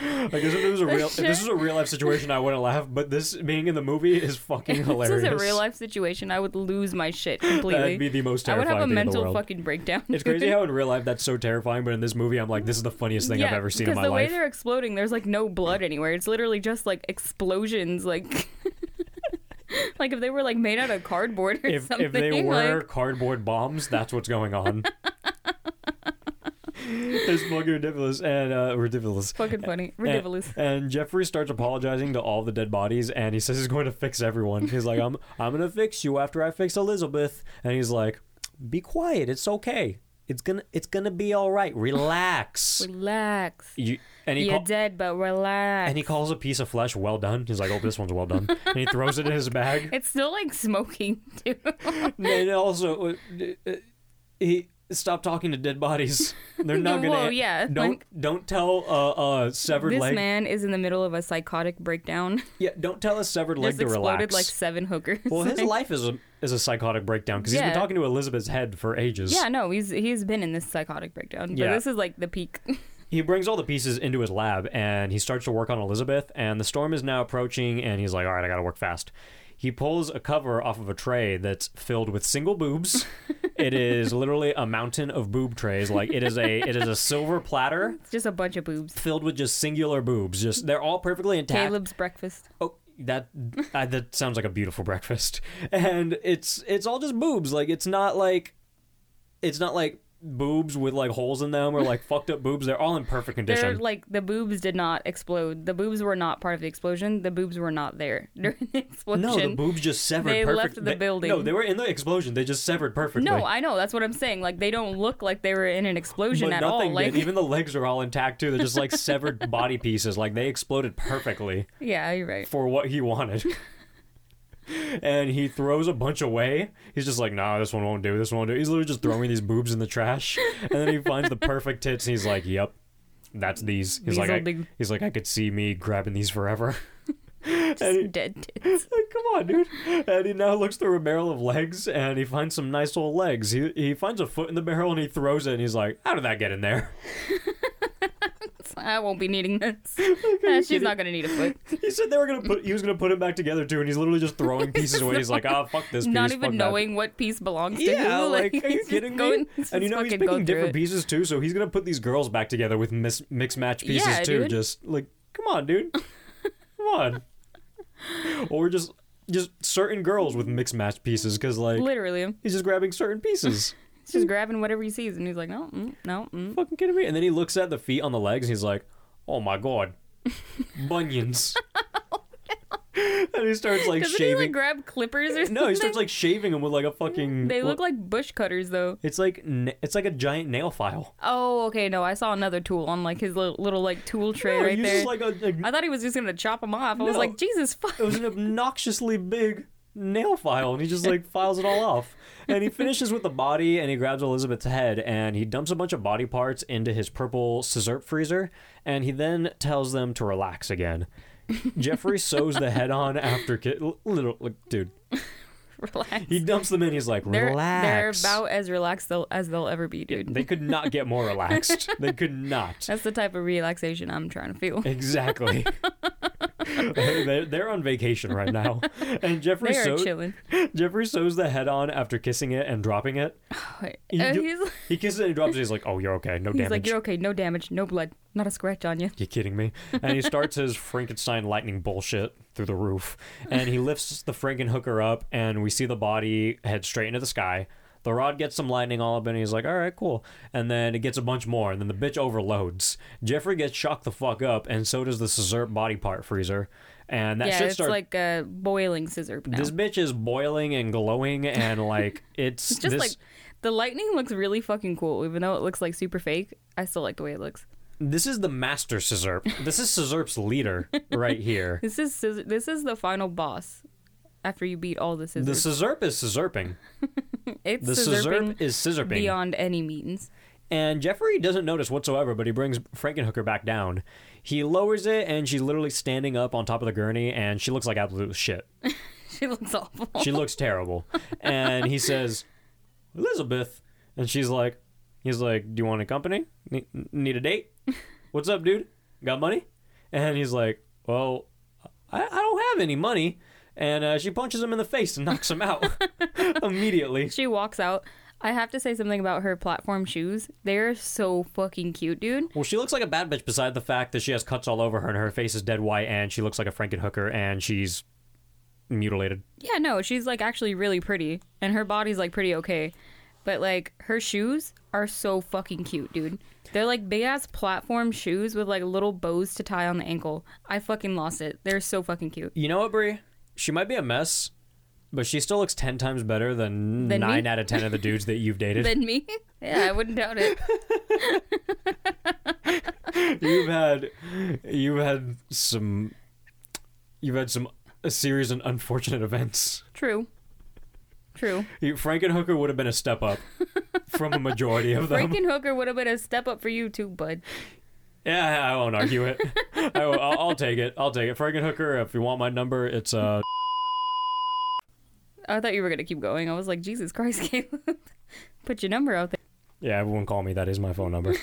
A: like if it was a real, if this was a real life situation, I wouldn't laugh. But this being in the movie is fucking
B: If
A: hilarious.
B: (laughs) This is a real life situation. I would lose my shit
A: (laughs)
B: completely.
A: That'd be the most
B: I would
A: terrifying
B: have a
A: thing in the
B: mental
A: world.
B: fucking breakdown.
A: it's
B: (laughs)
A: crazy how in real life that's so terrifying, but in this movie, I'm like, this is the funniest thing I've ever seen in my
B: Because the way
A: life.
B: they're exploding, there's like no blood anywhere. It's literally just like explosions. Like, (laughs) like if they were like made out of cardboard or
A: If
B: something. (laughs)
A: if they were
B: like,
A: cardboard bombs, that's what's going on. it's fucking ridiculous and uh, ridiculous.
B: fucking
A: Eh,
B: funny, ridiculous.
A: And, and Jeffrey starts apologizing to all the dead bodies, and he says he's going to fix everyone. He's like, "I'm, I'm gonna fix you after I fix Elizabeth," and he's like, "Be quiet, it's okay." It's gonna it's gonna be all right. Relax.
B: Relax.
A: you and he
B: You're
A: ca-
B: dead, but relax.
A: and he calls a piece of flesh well done. He's like, "Oh, this one's well done," and he throws it in his bag.
B: it's still like smoking, (laughs) too.
A: and (laughs) also uh, uh, he stop talking to dead
B: (laughs)
A: bodies they're not gonna
B: Whoa, yeah,
A: don't
B: like-
A: don't tell a, a severed
B: this
A: leg
B: man is in the middle of a psychotic breakdown.
A: yeah don't tell a severed leg
B: Just
A: to
B: exploded
A: relax
B: like seven hookers.
A: well his life is a is a psychotic breakdown because he's
B: Yeah.
A: been talking to elizabeth's head for ages
B: Yeah, no, he's he's been in this psychotic breakdown, but
A: Yeah.
B: this is like the peak. (laughs)
A: he brings all the pieces into his lab and he starts to work on elizabeth and the storm is now approaching and he's like all right i gotta work fast he pulls a cover off of a tray that's filled with single
B: (laughs)
A: boobs it is literally a mountain of boob trays like it is a it is a silver platter
B: It's just a bunch of boobs.
A: filled with just singular boobs. Just they're all perfectly intact.
B: Caleb's breakfast.
A: Oh, that I, that sounds like a beautiful (laughs) breakfast. And it's it's all just boobs. Like it's not like it's not like boobs with like holes in them or like fucked up boobs. They're all in perfect
B: They're
A: condition.
B: like the boobs did not explode. The boobs were not part of the explosion. The boobs were not there (laughs) during the explosion.
A: no, the boobs just severed.
B: They
A: perfect-
B: left the
A: they-
B: building.
A: No, they were in the explosion. They just severed perfectly.
B: No, I know. That's what I'm saying. Like they don't look like they were in an explosion
A: but
B: at
A: nothing
B: all. Like
A: did. Even the legs are all intact too. They're just like severed body pieces. Like they exploded perfectly.
B: (laughs) yeah,
A: (laughs)
B: you're right.
A: for what he wanted. and he throws a bunch away. He's just like, nah, this one won't do. This one won't do. He's literally just throwing these boobs in the trash. And then he finds the perfect tits and he's like, yep, that's these. He's
B: These
A: like,
B: will
A: I,
B: be-
A: he's like, I could see me grabbing these forever. (laughs)
B: Just dead tits.
A: Like, Come on, dude. And he now looks through a barrel of legs and he finds some nice old legs. He, he finds a foot in the barrel and he throws it and he's like, how did that get in there? (laughs)
B: I won't be
A: (laughs)
B: needing this. Eh, (laughs) she's not gonna need a foot.
A: He said they were going to put, he was going to put it back together too. And he's literally just throwing pieces away. He's like, ah, fuck this piece.
B: (laughs) not
A: fuck
B: even
A: that
B: knowing what piece belongs to
A: Yeah,
B: (laughs) who.
A: like, are
B: he's
A: you
B: just
A: kidding me?
B: going-
A: And you know he's
B: fucking go
A: picking
B: through
A: different
B: it.
A: pieces too, so he's gonna put these girls back together with mis- mix match pieces
B: Yeah,
A: too.
B: dude.
A: Just like, come on, dude, come
B: (laughs)
A: on. or just just certain girls with mix match pieces, because like
B: Literally,
A: he's just grabbing certain
B: (laughs)
A: pieces.
B: he's just grabbing whatever he sees, and he's like, no, mm, no, mm.
A: Fucking kidding me? And then he looks at the feet on the legs, and he's like, oh my god,
B: (laughs)
A: bunions. and he starts like
B: Oh, Doesn't he like
A: shaving.
B: grab clippers or
A: (laughs)
B: something?
A: no, he starts like shaving them with like a fucking.
B: They look
A: well,
B: like bush cutters, though.
A: it's like n- it's like a giant nail file.
B: Oh, okay. No, I saw another tool on like his little, little like tool tray
A: No,
B: right
A: he uses,
B: there.
A: like, a- a-
B: I thought he was just gonna chop them off. I was
A: No.
B: like, Jesus fuck.
A: it was an obnoxiously big nail file and he just like files it all off and he finishes with the body and he grabs elizabeth's head and he dumps a bunch of body parts into his purple scissor freezer and he then tells them to relax again jeffrey sews the head on after kid little like, dude
B: (laughs)
A: (laughs)
B: Relax.
A: he dumps them in he's like
B: They're, they're
A: relax
B: about as relaxed they'll, as they'll ever be, dude.
A: they could not get more relaxed they could not
B: (laughs) That's the type of relaxation I'm trying to feel.
A: exactly they're, they're on vacation right now and jeffrey
B: (laughs) They are
A: sews (laughs)
B: chilling. (laughs)
A: Jeffrey sews the head on after kissing it and dropping it.
B: Wait,
A: He,
B: uh,
A: do-
B: he's (laughs)
A: he kisses it and drops it. He's like, "Oh, you're okay. No
B: he's
A: damage.
B: like,
A: you're
B: you're okay. No damage. No blood. Not a scratch on you.
A: kidding me?" And he starts his Frankenstein lightning bullshit through the roof. And he lifts the Frankenhooker up, and we see the body head straight into the sky. The rod gets some lightning all up, and he's like, "All right, cool." And then it gets a bunch more, and then the bitch overloads. Jeffrey gets shocked the fuck up, and so does the Caesar body part freezer. And that
B: yeah,
A: shit
B: it's
A: starts.
B: like a boiling scissor. Now.
A: this bitch is boiling and glowing, and like (laughs) it's
B: It's just
A: this,
B: like the lightning looks really fucking cool, even though it looks like super fake. I still like the way it looks.
A: This is the master Scissorp. This is Scissorp's leader right here.
B: This is scissor- this is the final boss after you beat all the
A: The
B: scissors.
A: Scissorp is Scissorping.
B: it's
A: The
B: scissorping
A: Scissorp is Scissorping.
B: beyond any means. (laughs)
A: And Jeffrey doesn't notice whatsoever, but he brings Frankenhooker back down. He lowers it, and she's literally standing up on top of the gurney, and she looks like absolute shit.
B: She looks awful.
A: She looks terrible. And he says, Elizabeth. And she's like, he's like, do you want a company? Ne- need a date? What's up, dude? Got money? And he's like, well, I, I don't have any money. And uh, she punches him in the face and knocks him out immediately.
B: (laughs) She walks out. I have to say something about her platform shoes. They're so fucking cute, dude.
A: Well, she looks like a bad bitch beside the fact that she has cuts all over her and her face is dead white and she looks like a Frankenhooker and she's mutilated.
B: Yeah, no, she's like actually really pretty and her body's like pretty okay. But like her shoes are so fucking cute, dude. They're like big ass platform shoes with like little bows to tie on the ankle. I fucking lost it. They're so fucking cute.
A: You know what, Brie? She might be a mess, But she still looks 10 times better than,
B: Than me?
A: 9 out of 10 of the dudes that you've dated.
B: than me. (laughs) Yeah, I wouldn't doubt it.
A: you've had you've had some you've had some a series of unfortunate events.
B: True.
A: (laughs)
B: True.
A: You, Frankenhooker would have been a step up from a majority of them.
B: Frankenhooker would have been a step up for you too, bud.
A: yeah, I won't argue it. I will, I'll, I'll take it. I'll take it. Frankenhooker, if you want my number, it's uh
B: I thought you were gonna keep going. I was like, Jesus Christ, (laughs) Caleb, put your number out there.
A: yeah, everyone call me. That is my phone number.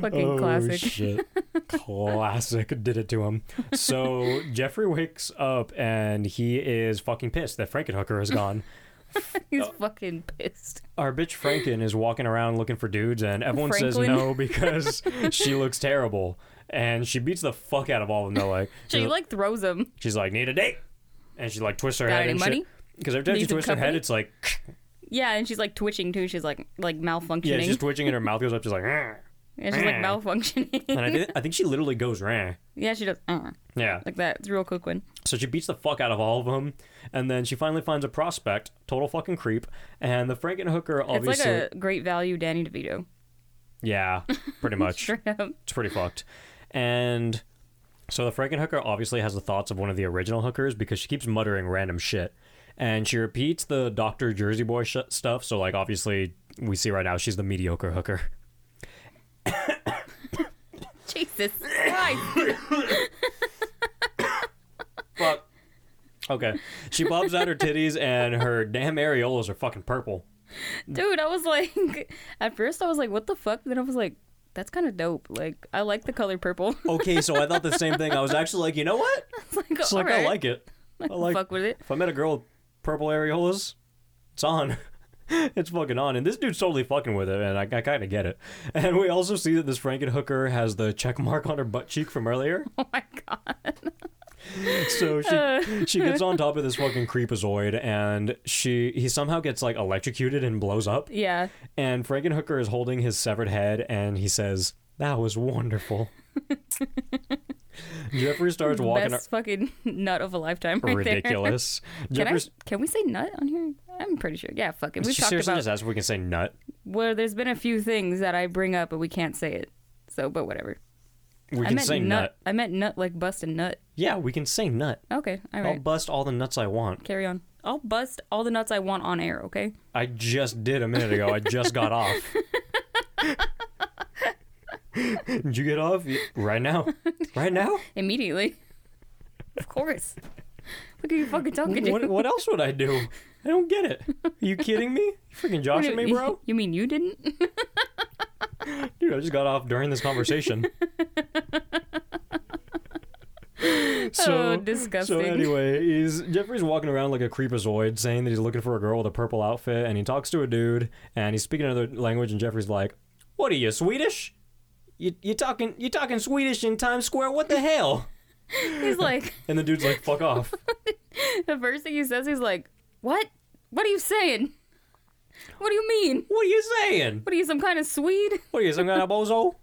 B: Fucking
A: Oh,
B: classic. (laughs)
A: shit. classic did it to him.
B: (laughs)
A: So Jeffrey wakes up and he is fucking pissed that Frankenhooker is gone.
B: He's
A: Oh.
B: fucking pissed.
A: Our bitch Franken is walking around looking for dudes, and everyone says
B: Franklin.
A: no because
B: (laughs)
A: she looks terrible. And she beats the fuck out of all of them. They're
B: (laughs)
A: like,
B: She like throws him.
A: she's like, need a date, and she like twists her
B: Got
A: head
B: any
A: and
B: money?
A: Because every time she
B: Need some
A: twists her head,
B: company?
A: it's
B: (laughs)
A: like,
B: Yeah, and she's like twitching too. She's like like malfunctioning.
A: yeah, she's twitching, and her mouth goes up. She's like, "Rah."
B: and
A: (laughs)
B: she's like malfunctioning. (laughs)
A: and I think I think she literally goes, "Rah."
B: yeah, she does uh,
A: yeah.
B: like that. It's a real quick one.
A: So she beats the fuck out of all of them, and then she finally finds a prospect, total fucking creep, and the Frankenhooker obviously,
B: It's (laughs) like a great value Danny DeVito. (laughs)
A: yeah, pretty much.
B: Straight up.
A: It's pretty fucked. And so the Frankenhooker obviously has the thoughts of one of the original hookers because she keeps muttering random shit. And she repeats the Dr. Jersey Boy sh- stuff. So, like, obviously, we see right now she's the mediocre hooker.
B: Jesus
A: (laughs)
B: Christ.
A: Fuck. Okay. She bobs out her titties and her damn areolas are fucking purple.
B: Dude, I was like (laughs) at first I was like, what the fuck? Then I was like, that's kinda dope. Like I like the color purple.
A: Okay, so I thought the same thing. I was actually like, you know what?
B: it's (laughs) like,
A: It's like, I
B: alright.
A: like it. I like
B: fuck with it. (laughs)
A: If I met a girl with purple areolas, it's on. (laughs) It's fucking on. And this dude's totally fucking with it, and I, I kind of get it. And we also see that this Frankenhooker has the check mark on her butt cheek from earlier. (laughs)
B: Oh my god.
A: So
B: (laughs)
A: she she gets on top of this fucking creepazoid, and she he somehow gets like electrocuted and blows up.
B: Yeah.
A: And Frankenhooker is holding his severed head, and he says, "That was
B: (laughs)
A: wonderful." Jeffrey starts walking.
B: Best fucking (laughs) nut of a lifetime right
A: ridiculous.
B: there. (laughs) Can, I,
A: Jeffrey
B: can we say nut on here? I'm pretty sure. Yeah, fuck it. We've
A: she
B: talked
A: seriously
B: about
A: just asked if we can say nut.
B: well, there's been a few things that I bring up but we can't say it. So but whatever.
A: We
B: I
A: can
B: meant
A: say nut.
B: I meant nut like bust a nut.
A: Yeah, we can say nut.
B: Okay, all
A: I'll
B: right.
A: bust all the nuts I want.
B: Carry on. I'll bust all the nuts I want on air, okay?
A: I just did a minute ago. I just got off.
B: (laughs)
A: did you get off? Y- Right now. Right
B: (laughs)
A: now?
B: Immediately. of course. What are you fucking talking to?
A: What, what else would I do? I don't get it. Are you kidding me? You freaking joshing
B: (laughs)
A: me, bro?
B: You mean you didn't? Oh,
A: Dude, I just got off during this
B: (laughs)
A: conversation.
B: oh,
A: So,
B: disgusting.
A: so anyway, he's Jeffrey's walking around like a creepazoid, saying that he's looking for a girl with a purple outfit, and he talks to a dude, and he's speaking another language, and Jeffrey's like, "What are you Swedish? You you talking you talking Swedish in Times Square? What the hell?" (laughs)
B: He's like,
A: And the dude's like, "Fuck off."
B: (laughs) the first thing he says, he's like, What? What are you saying? What do you mean?
A: What are you saying?
B: What are you, some kind of Swede?
A: What are you some kind of
B: (laughs)
A: bozo?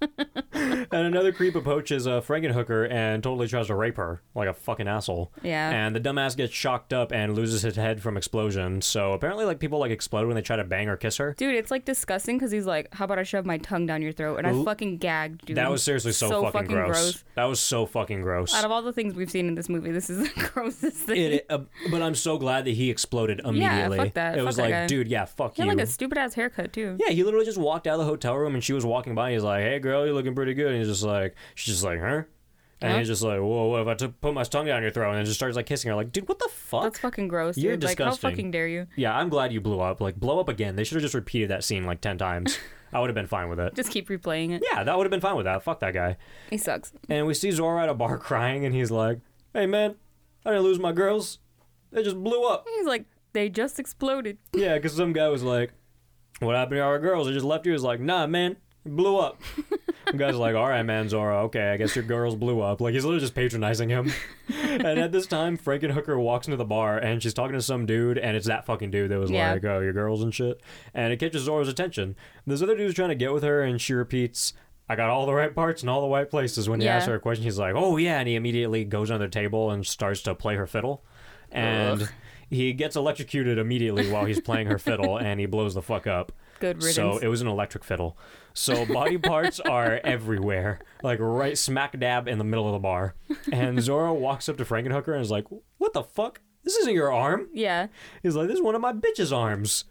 A: and another creep approaches a Frankenhooker and totally tries to rape her like a fucking asshole.
B: Yeah.
A: And the dumbass gets shocked up and loses his head from explosion. So apparently, like people like explode when they try to bang or kiss her.
B: Dude, it's like disgusting because he's like, How about I shove my tongue down your throat? And I
A: Ooh.
B: fucking gagged, dude.
A: That was seriously so, fucking, gross. That was so fucking gross.
B: Out of all the things we've seen in this movie, this is the (laughs) grossest thing.
A: It, it- uh, but I'm so glad that he exploded immediately.
B: fuck that.
A: It
B: Fuck
A: was
B: that
A: like,
B: guy.
A: dude, yeah, fuck
B: He
A: you.
B: had like a stupid ass haircut, too.
A: yeah, he literally just walked out of the hotel room and she was walking by. And he's like, hey, girl, you're looking pretty good. And he's just like, she's just like, huh? And
B: Huh?
A: he's just like, whoa, what if I took, put my tongue down your throat? And then just starts like kissing her. Like, dude, what the fuck?
B: That's fucking gross.
A: You're
B: dude. Like, how
A: disgusting.
B: fucking dare you?
A: yeah, I'm glad you blew up. Like, blow up again. They should have just repeated that scene like 10
B: (laughs)
A: times. I would have been fine with it.
B: Just keep replaying it.
A: Yeah, that would have been fine with that. Fuck that guy.
B: He sucks.
A: And we see Zora at a bar (laughs) crying, and he's like, hey, man, I didn't lose my girls. They just blew up.
B: He's like, they just exploded.
A: Yeah, because some guy was like, "What happened to our girls? They just left you." He's like, "Nah, man, it blew up."
B: (laughs)
A: the guy's like, "All right, man, Zora. Okay, I guess your girls blew up." Like he's literally just patronizing
B: (laughs)
A: him. and at this time, Frankenhooker walks into the bar and she's talking to some dude, and it's that fucking dude that was
B: Yeah.
A: like, "Oh, your girls and shit," and it catches Zora's attention. This other dude's trying to get with her, and she repeats. I got all the right parts in all the right places. When you
B: Yeah.
A: ask her a question, she's like, oh, yeah. And he immediately goes under the table and starts to play her fiddle. And
B: Ugh.
A: he gets electrocuted immediately while he's playing her fiddle and he blows the fuck up.
B: Good riddance.
A: So it was an electric fiddle. So body parts are everywhere, like right smack dab in the middle of the bar. And Zora walks up to Frankenhooker and is like, "What the fuck? This isn't your arm."
B: yeah.
A: He's like, "This is one of my bitch's arms.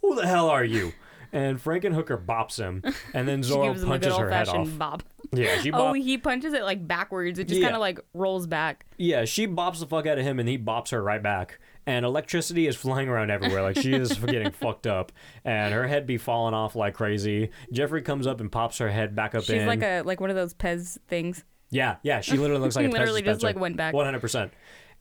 A: Who the hell are you?" And Frankenhooker bops him, and then
B: She
A: Zora
B: gives him a good
A: punches
B: old
A: her head off.
B: fashioned bob.
A: Yeah, she
B: Oh,
A: bop-
B: he punches it like backwards. It just
A: Yeah.
B: kind of like rolls back.
A: yeah, she bops the fuck out of him, and he bops her right back. And electricity is flying around everywhere. Like she is
B: (laughs)
A: getting fucked up, and her head be falling off like crazy. Jeffrey comes up and pops her head back up
B: She's
A: in.
B: like a like one of those Pez things.
A: Yeah, yeah. She literally
B: (laughs)
A: looks like a
B: Literally just, like, went back.
A: One hundred percent.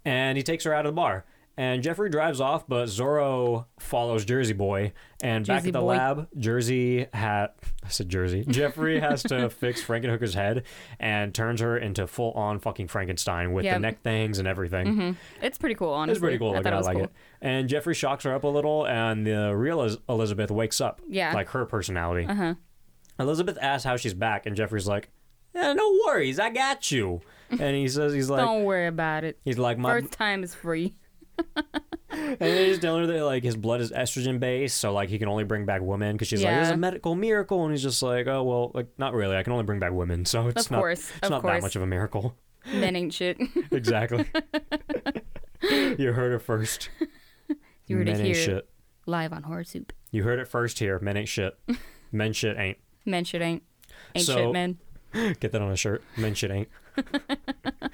A: And he takes her out of the bar. And Jeffrey drives off, but Zorro follows Jersey Boy. And back
B: Jersey
A: at the
B: Boy.
A: lab, Jersey had I said
B: (laughs)
A: Jersey. Jeffrey has to fix Frankenhooker's head and turns her into full on fucking Frankenstein with the
B: Yep.
A: neck things and
B: Mm-hmm.
A: everything.
B: It's pretty cool, honestly.
A: It's pretty cool
B: I
A: looking.
B: thought
A: I,
B: it was
A: like
B: cool.
A: it. And Jeffrey shocks her up a little, and the real Eliz- Elizabeth wakes up.
B: Yeah. Uh-huh.
A: Like her personality. Elizabeth asks how she's back, and Jeffrey's like, "Eh, "No worries, I got you." And he says, "He's like,
B: Don't worry about it.
A: he's like my."
B: First time
A: (laughs)
B: is free.
A: And then he's telling her that like his blood is estrogen based, so like he can only bring back women because she's like, "This is
B: Yeah.
A: a medical miracle," and he's just like, "Oh well, like not really. I can only bring back women, so it's
B: Of
A: not
B: course,
A: it's
B: of
A: not that
B: course.
A: much of a miracle." (laughs)
B: Men ain't shit. (laughs)
A: exactly. you heard it first.
B: You were to
A: Men
B: hear
A: ain't
B: it
A: shit.
B: live on Horror Soup.
A: You heard it first here. Men ain't
B: (laughs)
A: shit. Men shit ain't.
B: Men shit ain't. Ain't
A: So-
B: shit, men.
A: Get that on a shirt. Men shit
B: (laughs)
A: ain't.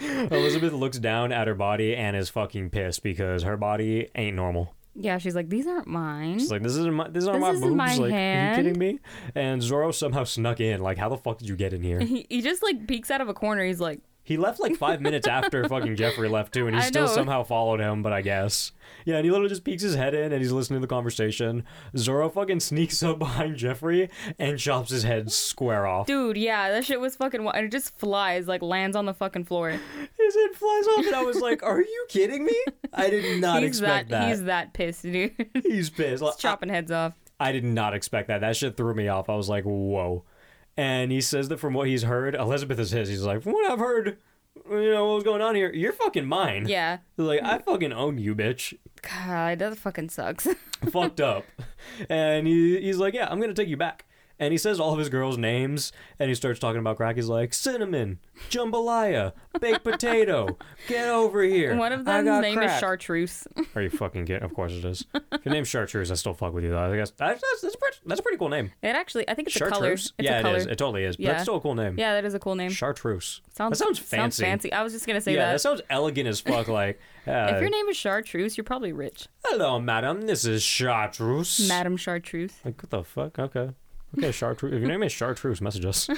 A: Elizabeth looks down at her body and is fucking pissed because her body ain't normal.
B: Yeah, she's like, these aren't mine.
A: She's like, this isn't my, these aren't
B: This
A: my
B: isn't
A: boobs.
B: my
A: like,
B: hand.
A: are you kidding me? And Zorro somehow snuck in. Like, how the fuck did you get in here?
B: (laughs) he, he just like peeks out of a corner. He's like,
A: He left like
B: (laughs)
A: five minutes after fucking Jeffrey left too, and he
B: I
A: still
B: know.
A: somehow followed him. But I guess, yeah. And he literally just peeks his head in, and he's listening to the conversation. Zorro fucking sneaks up behind Jeffrey and chops his head square off.
B: dude, yeah, that shit was fucking. Wild. And it just flies, like lands on the fucking floor.
A: His head flies off, and I was like, "Are you kidding me? I did
B: (laughs)
A: not
B: he's
A: expect that."
B: He's that pissed, dude. (laughs)
A: He's, pissed. Like,
B: Chopping
A: (laughs)
B: heads off.
A: I, I did not expect that. That shit threw me off. I was like, "Whoa!" And he says that from what he's heard, Elizabeth is his. He's like, "From what I've heard, you know what was going on here? You're fucking mine."
B: Yeah.
A: Like I fucking own you, bitch.
B: God, that fucking sucks. (laughs)
A: Fucked up. And he, he's like, "Yeah, I'm gonna take you back." And he says all of his girls' names, and he starts talking about crack. He's like, "Cinnamon, jambalaya, baked potato, get over here."
B: One of
A: I
B: them's
A: got
B: name is
A: crack."
B: Chartreuse.
A: Are you fucking kidding? Of course it is. If your name's Chartreuse, I still fuck with you though. I guess that's that's, that's, a, pretty, that's a pretty cool name.
B: It actually, I think it's a color.
A: Chartreuse.
B: It's
A: yeah,
B: a color.
A: it is. It totally is. But
B: Yeah.
A: That's still a cool name.
B: yeah, that is a cool name.
A: Chartreuse. that sounds fancy.
B: I was just gonna say
A: Yeah, that.
B: that.
A: sounds elegant as
B: (laughs)
A: fuck. Like, uh,
B: if your name is Chartreuse, you're probably rich,
A: hello, madam. This is Chartreuse.
B: Madam Chartreuse.
A: Like, what the fuck? Okay. Okay, chartreuse. if your name is chartreuse, message
B: (laughs)
A: us.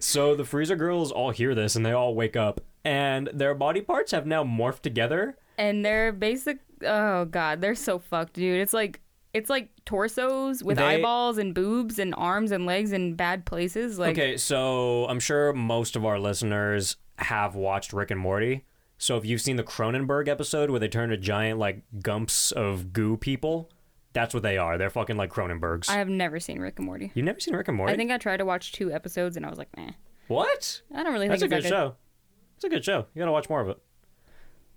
A: so the freezer girls all hear this and they all wake up, and their body parts have now morphed together.
B: And they're basic. Oh god, they're so fucked, dude. It's like it's like torsos with
A: They-
B: eyeballs and boobs and arms and legs in bad places. Like
A: Okay, so I'm sure most of our listeners have watched Rick and Morty. So if you've seen the Cronenberg episode where they turn to giant like gumps of goo people, that's what they are. They're fucking like Cronenbergs.
B: I have never seen Rick and Morty.
A: You've never seen Rick and Morty?
B: I think I tried to watch two episodes and I was like, nah,
A: what?
B: I don't really
A: That's
B: think
A: a
B: it's
A: good
B: that
A: show. It's a good show. You gotta watch more of it.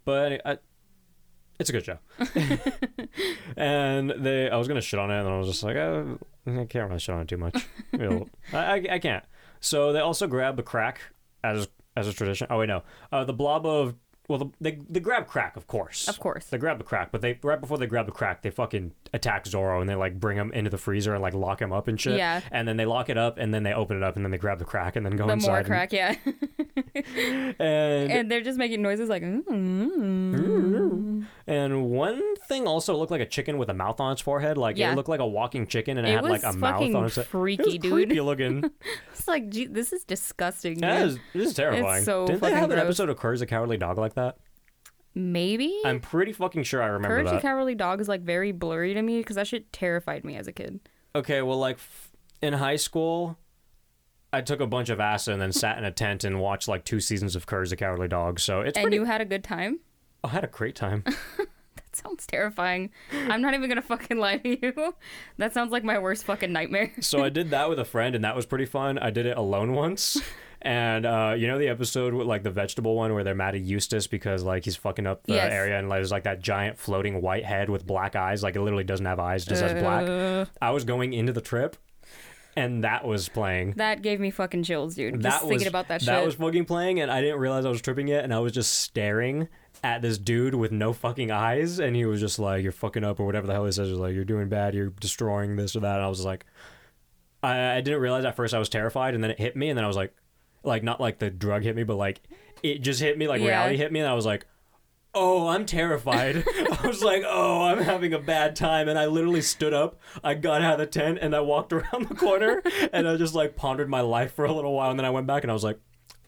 A: But any- I, it's a good
B: (laughs)
A: show. and they, I was gonna shit on it, and I was just like, oh, I can't really shit on it too
B: (laughs)
A: much. It'll- I, I, I can't. So they also grab the crack as as a tradition. Oh wait, no, uh, the blob of well, the, they they grab crack, of course.
B: Of course.
A: they grab the crack, but they right before they grab the crack, they fucking attack Zorro and they like bring him into the freezer and like lock him up and shit.
B: Yeah.
A: And then they lock it up and then they open it up and then they grab the crack and then go
B: The
A: inside.
B: more
A: and-
B: crack, yeah. (laughs)
A: and
B: and they're just making noises like, mm
A: And one thing also looked like a chicken with a mouth on its forehead. Like
B: Yeah.
A: it looked like a walking chicken, and it,
B: It
A: had like a
B: was
A: mouth
B: fucking
A: on its. head.
B: freaky,
A: it was
B: dude.
A: Creepy
B: (laughs)
A: looking.
B: it's like, gee, this is disgusting.
A: that
B: dude.
A: is, this is terrifying.
B: so
A: Didn't they
B: fucking
A: have an
B: gross.
A: episode of Courage the Cowardly Dog like that?
B: Maybe
A: I'm pretty fucking sure I remember
B: Courage the
A: that.
B: Cowardly Dog is like very blurry to me because that shit terrified me as a kid.
A: okay, well, like f- in high school, I took a bunch of acid and then sat in a tent and watched like two seasons of Courage the Cowardly Dog. So it's
B: And
A: pretty.
B: you had a good time?
A: I had a great time.
B: sounds terrifying. I'm not even gonna fucking lie to you. (laughs) That sounds like my worst fucking nightmare. (laughs)
A: So I did that with a friend, and that was pretty fun. I did it alone once, and uh, you know the episode with like the vegetable one where they're mad at Eustace because like he's fucking up the
B: Yes.
A: area, and like, there's like that giant floating white head with black eyes, like it literally doesn't have eyes, just has black.
B: Uh,
A: I was going into the trip, and that was playing.
B: that gave me fucking chills, dude.
A: that
B: Just
A: was
B: thinking about that shit.
A: That was fucking playing, and I didn't realize I was tripping yet, and I was just staring at this dude with no fucking eyes, and he was just like, "You're fucking up," or whatever the hell he says. He was like, "You're doing bad. You're destroying this or that." And I was like, I, I didn't realize at first I was terrified, and then it hit me, and then I was like, like not like the drug hit me, but like it just hit me, like
B: Yeah.
A: reality hit me, and I was like. Oh, I'm terrified. (laughs) I was like, oh, I'm having a bad time. And I literally stood up, I got out of the tent, and I walked (laughs) around the corner, and I just like pondered my life for a little while. And then I went back and I was like,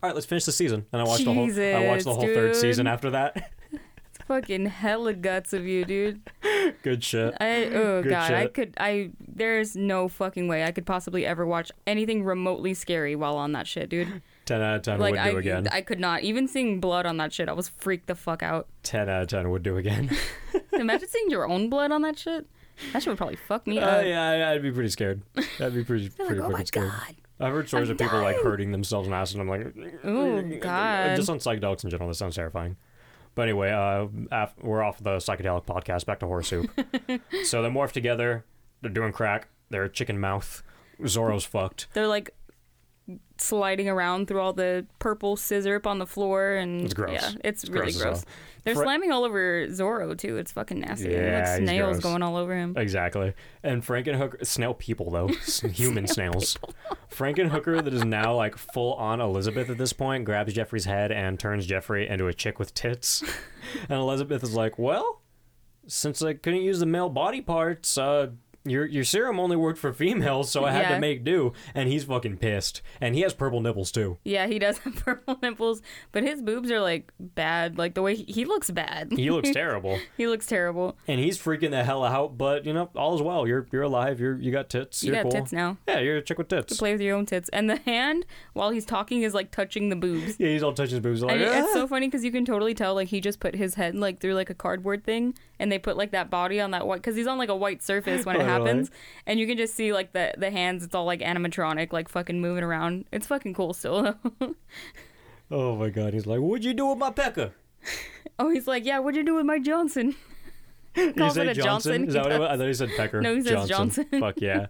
A: all right, let's finish the season. And I watched the whole I watched the
B: Jesus,
A: whole third
B: dude.
A: season after that. (laughs)
B: fucking hella guts of you, dude.
A: Good shit.
B: I oh
A: Good
B: god, I
A: shit.
B: could I there's no fucking way I could possibly ever watch anything remotely scary while on that shit, dude.
A: 10 out of 10
B: Like
A: would
B: I
A: do again.
B: I could not even seeing blood on that shit. I was freaked the fuck out.
A: 10 out of 10 would do
B: (laughs)
A: again.
B: Imagine seeing your own blood on that shit. That shit would probably fuck me
A: Uh, (laughs)
B: up.
A: yeah, I- I'd be pretty scared. I'd be pretty,
B: I'd be
A: pretty
B: like, oh
A: fucking
B: my
A: scared.
B: god.
A: I've heard stories
B: I'm
A: of people like
B: dying.
A: hurting themselves and acid. (laughs) And I'm like,
B: Oh god.
A: just on psychedelics in general, that sounds terrifying. But anyway, uh, af- we're off the psychedelic podcast. Back to horse soup. so they morph together. They're doing crack. They're chicken mouth. Zorro's fucked.
B: They're like sliding around through all the purple scissor up on the floor and
A: It's gross.
B: Yeah, it's,
A: It's
B: really
A: gross as
B: gross.
A: hell.
B: They're
A: Fre-
B: slamming all over Zorro too. It's fucking nasty. There's,
A: Yeah,
B: like
A: he's
B: snails
A: gross.
B: going all over him.
A: Exactly. And Frankenhooker, snail people
B: (laughs)
A: though, S- human snails. Frankenhooker, that is now like full on Elizabeth at this point, grabs Jeffrey's head and turns Jeffrey into a chick with
B: (laughs)
A: tits. And Elizabeth is like, well, since I couldn't use the male body parts, uh, your your serum only worked for females, so I had
B: Yeah.
A: to make do. And he's fucking pissed. And he has purple nipples too.
B: Yeah, he does have (laughs) purple nipples, but his boobs are like bad. Like the way he, he looks bad.
A: He
B: (laughs)
A: looks terrible,
B: He looks terrible.
A: and he's freaking the hell out. But you know, all is well. You're you're alive. You're you got tits.
B: You
A: are
B: got
A: cool.
B: tits now.
A: Yeah, you're a chick with tits.
B: Play with your own tits. And the hand while he's talking is like touching the boobs.
A: Yeah, he's all touching his boobs. Like,
B: And it-
A: "Ah."
B: it's so funny because you can totally tell like he just put his head like through like a cardboard thing, and they put like that body on that white because he's on like a white surface when it
A: Totally.
B: happens, and you can just see like the the hands. It's all like animatronic, like fucking moving around. It's fucking cool still.
A: Oh my god, he's like, "What'd you do with my pecker?"
B: (laughs) oh, he's like, yeah, what'd you do with my Johnson?
A: You
B: Calls it a Johnson,
A: Is that
B: he
A: what it was? I thought he said pecker.
B: (laughs) No, he says Johnson.
A: Fuck
B: (laughs)
A: yeah.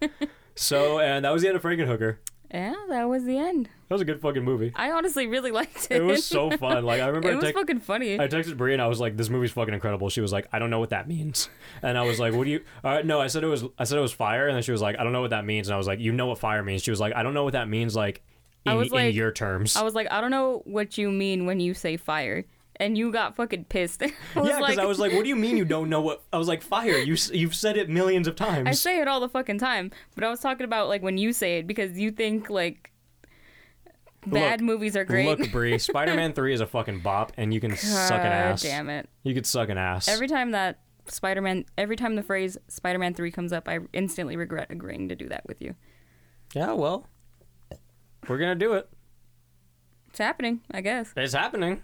A: so, and that was the end of Frankenhooker.
B: Yeah, that was the end.
A: That was a good fucking movie.
B: I honestly really liked it.
A: It was
B: (laughs)
A: so fun. Like I remember,
B: It
A: I,
B: was
A: text-
B: fucking funny.
A: I texted Brie and I was like, "This movie's fucking incredible." She was like, "I don't know what that means," and I was like, "What do you?" All right, no, I said it was. I said it was fire, and then she was like, "I don't know what that means," and I was like, "You know what fire means?" She was like, "I don't know what that means." Like. In,
B: I was
A: in
B: like-
A: your terms,
B: I was like, I don't know what you mean when you say fire, and you got fucking pissed. (laughs) I was
A: yeah, because
B: like,
A: I was like, "What do you mean you don't know what?" I was like, "Fire! You s- you've said it millions of times."
B: I say it all the fucking time, but I was talking about like when you say it because you think like bad
A: Look,
B: movies are great. (laughs)
A: Look, Bree, Spider Man 3 is a fucking bop, and you can suck an
B: God
A: ass.
B: Damn it!
A: You could suck an ass.
B: Every time that Spider-Man, every time the phrase Spider-Man three comes up, I instantly regret agreeing to do that with you.
A: yeah, well, we're going to do it.
B: It's happening, I guess.
A: It's happening.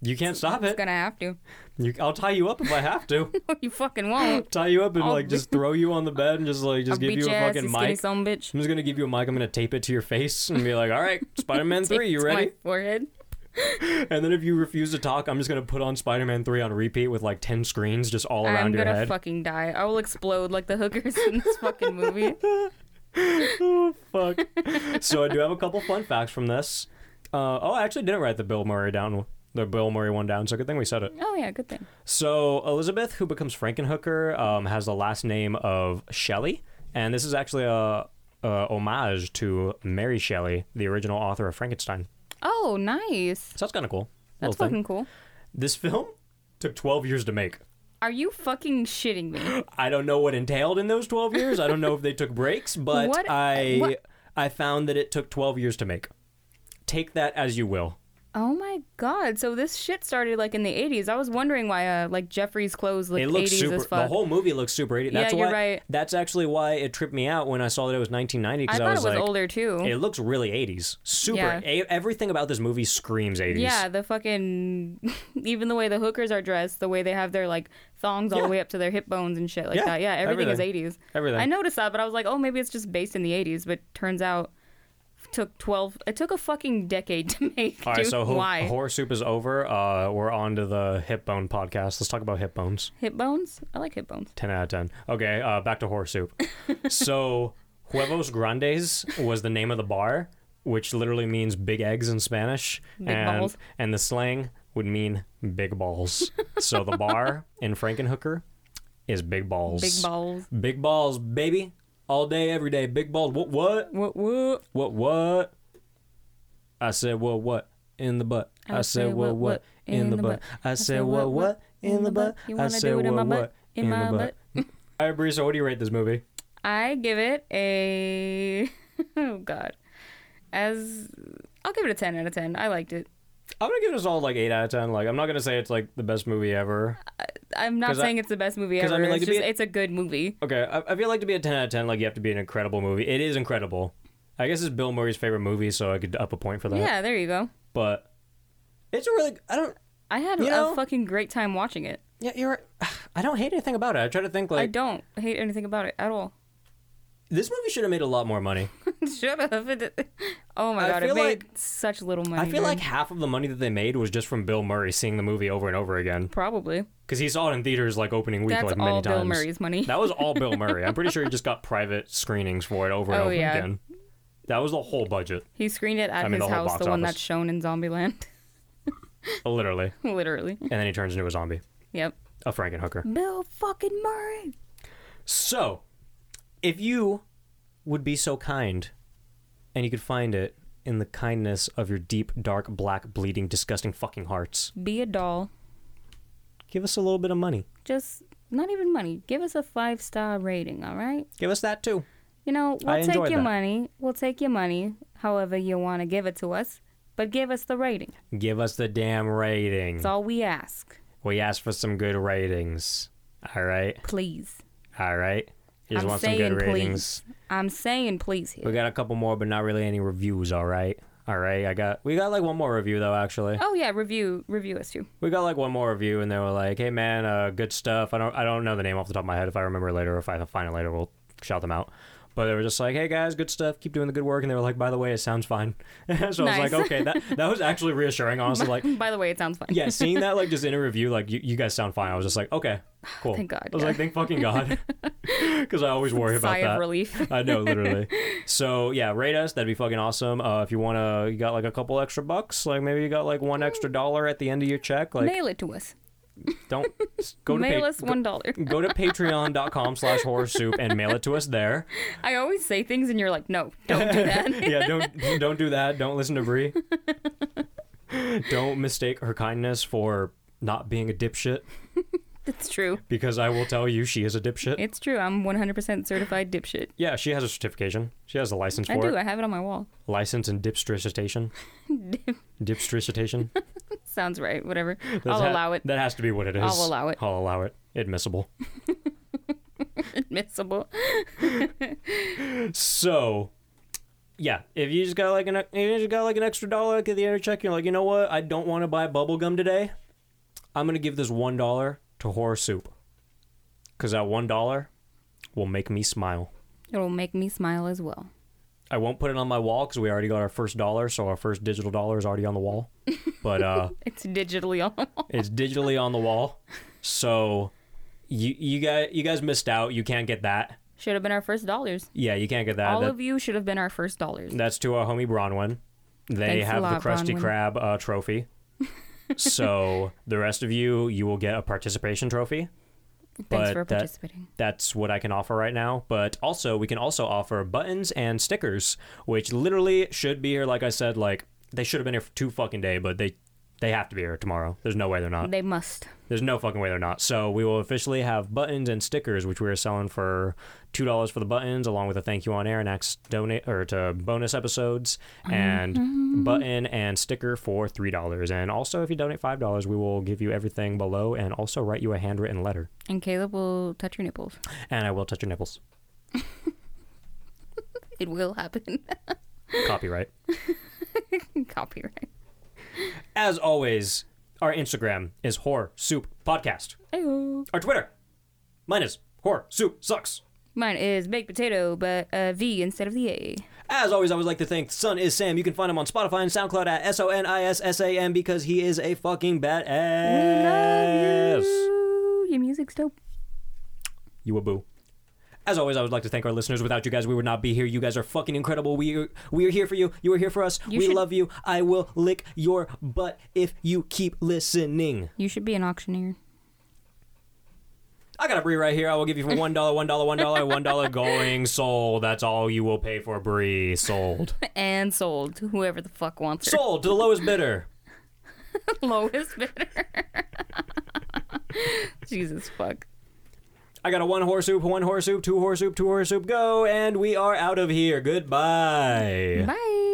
A: You can't stop
B: It's
A: it.
B: gonna have to. (laughs)
A: You, I'll tie you up if I have to.
B: you fucking won't.
A: tie you up and,
B: I'll
A: like,
B: be-
A: just throw you on the bed and just, like, (laughs) just
B: I'll
A: give
B: beat
A: you a
B: your ass,
A: fucking
B: you skinny
A: mic.
B: son of a bitch.
A: I'm just going to give you a mic. I'm going to tape it to your face and be like, all
B: (laughs)
A: right, Spider Man 3, you
B: To
A: ready?
B: My forehead.
A: And then if you refuse to talk, I'm just going to put on Spider Man 3 on repeat with, like, 10 screens just all around
B: I'm
A: your
B: gonna
A: head.
B: fucking die. I will explode like the hookers in this
A: (laughs)
B: fucking movie.
A: oh fuck. so I do have a couple fun facts from this. Uh, oh, I actually didn't write the Bill Murray down, the Bill Murray one down. So good thing we said it.
B: Oh yeah, good thing.
A: So Elizabeth, who becomes Frankenhooker, um, has the last name of Shelley, and this is actually a, a homage to Mary Shelley, the original author of Frankenstein.
B: Oh, nice.
A: So that's kind of cool.
B: That's
A: Little thing.
B: fucking cool.
A: This film took 12 years to make.
B: Are you fucking shitting me?
A: I don't know what entailed in those 12 years. I don't know if they took breaks, but
B: What-
A: I
B: what-
A: I found that it took 12 years to make. Take that as you will.
B: Oh my god! So this shit started like in the '80s. I was wondering why, uh, like Jeffrey's clothes looked
A: It looks
B: 80s
A: super.
B: as fuck.
A: The whole movie looks super 80s.
B: Yeah,
A: That's
B: you're
A: why,
B: right.
A: That's actually why it tripped me out when I saw that it was 1990
B: I
A: because
B: thought
A: was,
B: it was
A: like,
B: older too.
A: it looks really 80s. Super.
B: Yeah.
A: A- everything about this movie screams 80s.
B: Yeah, the fucking (laughs) even the way the hookers are dressed, the way they have their like thongs all
A: Yeah.
B: the way up to their hip bones and shit like
A: Yeah,
B: that. Yeah, everything, is 80s.
A: Everything.
B: I noticed that, but I was like, "Oh, maybe it's just based in the 80s," but turns out it took 12 it took a fucking decade to (laughs) make.
A: All right,
B: dude.
A: so ho-
B: why?
A: horror soup is over. Uh, we're on to the hip bone podcast. Let's talk about hip bones.
B: hip bones? I like hip bones.
A: 10 out of 10. Okay, uh, back to horror
B: (laughs)
A: soup. so, Huevos Grandes was the name of the bar, which literally means big eggs in Spanish.
B: Big
A: and,
B: balls.
A: And the slang would mean big balls. so, the bar in Frankenhooker is big balls.
B: Big balls.
A: Big balls, baby. All day, every day. Big balls. What, what?
B: What what?
A: What, what? I said, what, what? In the butt. I, said, what, what? In the butt. I said, what, what? In the butt.
B: You
A: I
B: wanna
A: said,
B: do it in my
A: what,
B: butt?
A: what?
B: In
A: In the
B: my
A: butt. (laughs) All right, Brisa, what do you rate this movie?
B: I give it a (laughs) Oh god. As I'll give it a 10 out of 10. I liked it.
A: I'm gonna give it a solid like eight out of ten. Like I'm not gonna say it's like the best movie ever.
B: I'm not
A: 'Cause I-
B: saying it's the best movie
A: 'cause
B: ever.
A: I mean, like,
B: it's,
A: to be
B: just,
A: a-
B: it's a good movie.
A: Okay, I, I feel like to be a ten out of ten, like you have to be an incredible movie. It is incredible. I guess it's Bill Murray's favorite movie, so I could up a point for that.
B: Yeah, there you go.
A: But it's a really I don't
B: I had
A: You
B: a
A: know-
B: fucking great time watching it.
A: yeah you're (sighs) right. I don't hate anything about it. I try to think
B: I
A: like
B: don't hate anything about it at all. (laughs)
A: this movie should have made a lot more money.
B: Shut up. (laughs) It did- Oh my
A: I
B: god, it
A: feel
B: made
A: like-
B: such little money.
A: I feel
B: dude.
A: like half of the money that they made was just from Bill Murray seeing the movie over and over again
B: probably
A: because he saw it in theaters like opening week
B: that's
A: like many
B: all
A: times.
B: Bill Murray's money.
A: That was all Bill Murray. I'm
B: (laughs)
A: pretty sure he just got private screenings for it over and
B: Oh,
A: over
B: yeah.
A: again. That was the whole budget,
B: he screened it at
A: I mean,
B: his
A: the whole
B: house,
A: box
B: the one
A: office.
B: that's shown in Zombieland. (laughs)
A: literally.
B: Literally.
A: And then he turns into a zombie,
B: Yep.
A: a Frankenhooker.
B: Bill fucking Murray.
A: So, if you would be so kind, and you could find it in the kindness of your deep, dark, black, bleeding, disgusting fucking hearts,
B: Be a doll.
A: give us a little bit of money.
B: Just not even money. Give us a five star rating, all right?
A: Give us that too.
B: You know,
A: I
B: we'll take
A: enjoyed
B: your
A: that.
B: money. We'll take your money, however you want to give it to us, but give us the rating.
A: Give us the damn rating.
B: That's all we ask.
A: We asked for some good ratings. All right,
B: Please.
A: all right. You just
B: I'm
A: want some
B: saying
A: good
B: please.
A: ratings.
B: I'm saying please here.
A: We got a couple more, but not really any reviews. All right, all right. I got we got like one more review though. Actually,
B: Oh yeah, review review us too.
A: we got like one more review, and they were like, "Hey man, uh, good stuff." I don't I don't know the name off the top of my head. If I remember later, or if I find it later, we'll shout them out. But they were just like, "Hey guys, good stuff. Keep doing the good work." And they were like, "By the way, it sounds fine." (laughs) so I was like,
B: Nice.
A: "Okay, that that was actually reassuring." Honestly, like.
B: By the way, it sounds fine. (laughs)
A: Yeah, seeing that like just in a review, like you, you guys sound fine. I was just like, okay, cool.
B: Thank God,
A: I was
B: yeah.
A: like, thank fucking
B: (laughs)
A: God, (laughs) because I always worry about
B: Sigh
A: that.
B: of relief.
A: I know,
B: (laughs)
A: literally. so yeah, rate us. That'd be fucking awesome. Uh, if you wanna, you got like a couple extra bucks. Like maybe you got like one extra dollar at the end of your check. (laughs) Like
B: Mail it to us.
A: don't go to
B: (laughs) Mail
A: pa-
B: us one dollar.
A: go
B: (laughs)
A: to patreon.com slash horror soup and mail it to us there.
B: I always say things and you're like, no, don't do that.
A: (laughs)
B: (laughs)
A: Yeah, don't don't do that. Don't listen to Brie. don't mistake her kindness for not being a dipshit
B: it's true.
A: because I will tell you she is a dipshit.
B: It's true. I'm 100% certified dipshit.
A: yeah, she has a certification. She has a license for
B: I
A: it.
B: do. I have it on my wall.
A: License and
B: (laughs)
A: dipstricitation. dipstricitation.
B: Sounds right. Whatever.
A: That's
B: I'll
A: ha-
B: allow it.
A: That has to be what it is.
B: I'll allow it.
A: I'll allow it. Admissible.
B: Admissible.
A: So, yeah, if you just got like an if you just got like an extra dollar like, at the end of your check, you're like, you know what? I don't want to buy bubble gum today. I'm gonna give this one dollar to horror soup, cause that one dollar will make me smile.
B: It'll make me smile as well.
A: I won't put it on my wall because we already got our first dollar, so our first digital dollar is already on the
B: (laughs)
A: wall. But uh,
B: It's digitally (laughs) on the wall.
A: It's digitally on the wall. So you you guys you guys missed out. You can't get that.
B: Should have been our first dollars.
A: Yeah, you can't get that.
B: All
A: That-
B: of you should have been our first dollars.
A: that's to our homie Bronwyn. They
B: Thanks a
A: have
B: lot,
A: the Krusty
B: Bronwyn.
A: Krab uh,
B: (laughs)
A: trophy. so the rest of you, you will get a participation trophy.
B: Thanks
A: but
B: for
A: that-
B: participating.
A: That's what I can offer right now. But also, we can also offer buttons and stickers, which literally should be here. Like I said, like they should have been here for two fucking day, but they they have to be here tomorrow. There's no way they're not.
B: They must.
A: There's no fucking way they're not. So we will officially have buttons and stickers, which we are selling for two dollars for the buttons, along with a thank you on air next donate or to bonus episodes, and button and sticker for three dollars. And also, if you donate five dollars, we will give you everything below, and also write you a handwritten letter.
B: And Caleb will touch your nipples.
A: And I will touch your nipples.
B: It will happen. (laughs)
A: Copyright.
B: Copyright.
A: As always, our Instagram is Horror Soup Podcast.
B: Ayo.
A: Our Twitter, mine is Horror Soup Sucks.
B: Mine is baked potato, but a V instead of the A.
A: As always, I would like to thank Son is Sam. You can find him on Spotify and SoundCloud at S O N I S S A M because he is a fucking badass.
B: Ooh, your music's dope.
A: You a boo. As always, I would like to thank our listeners. Without you guys, we would not be here. You guys are fucking incredible. We are, we are here for you. You are here for us.
B: You
A: we
B: should-
A: love you. I will lick your butt if you keep listening.
B: You should be an auctioneer.
A: I got a brie right here. I will give you for one dollar, one dollar, one dollar, one dollar going sold. That's all you will pay for brie sold.
B: (laughs) And sold to whoever the fuck wants her.
A: Sold to the lowest bidder.
B: (laughs) Lowest bidder. (laughs) Jesus fuck.
A: I got a one horse soup, one horse soup, two horse soup, two horse soup. Go, and we are out of here. Goodbye.
B: Bye.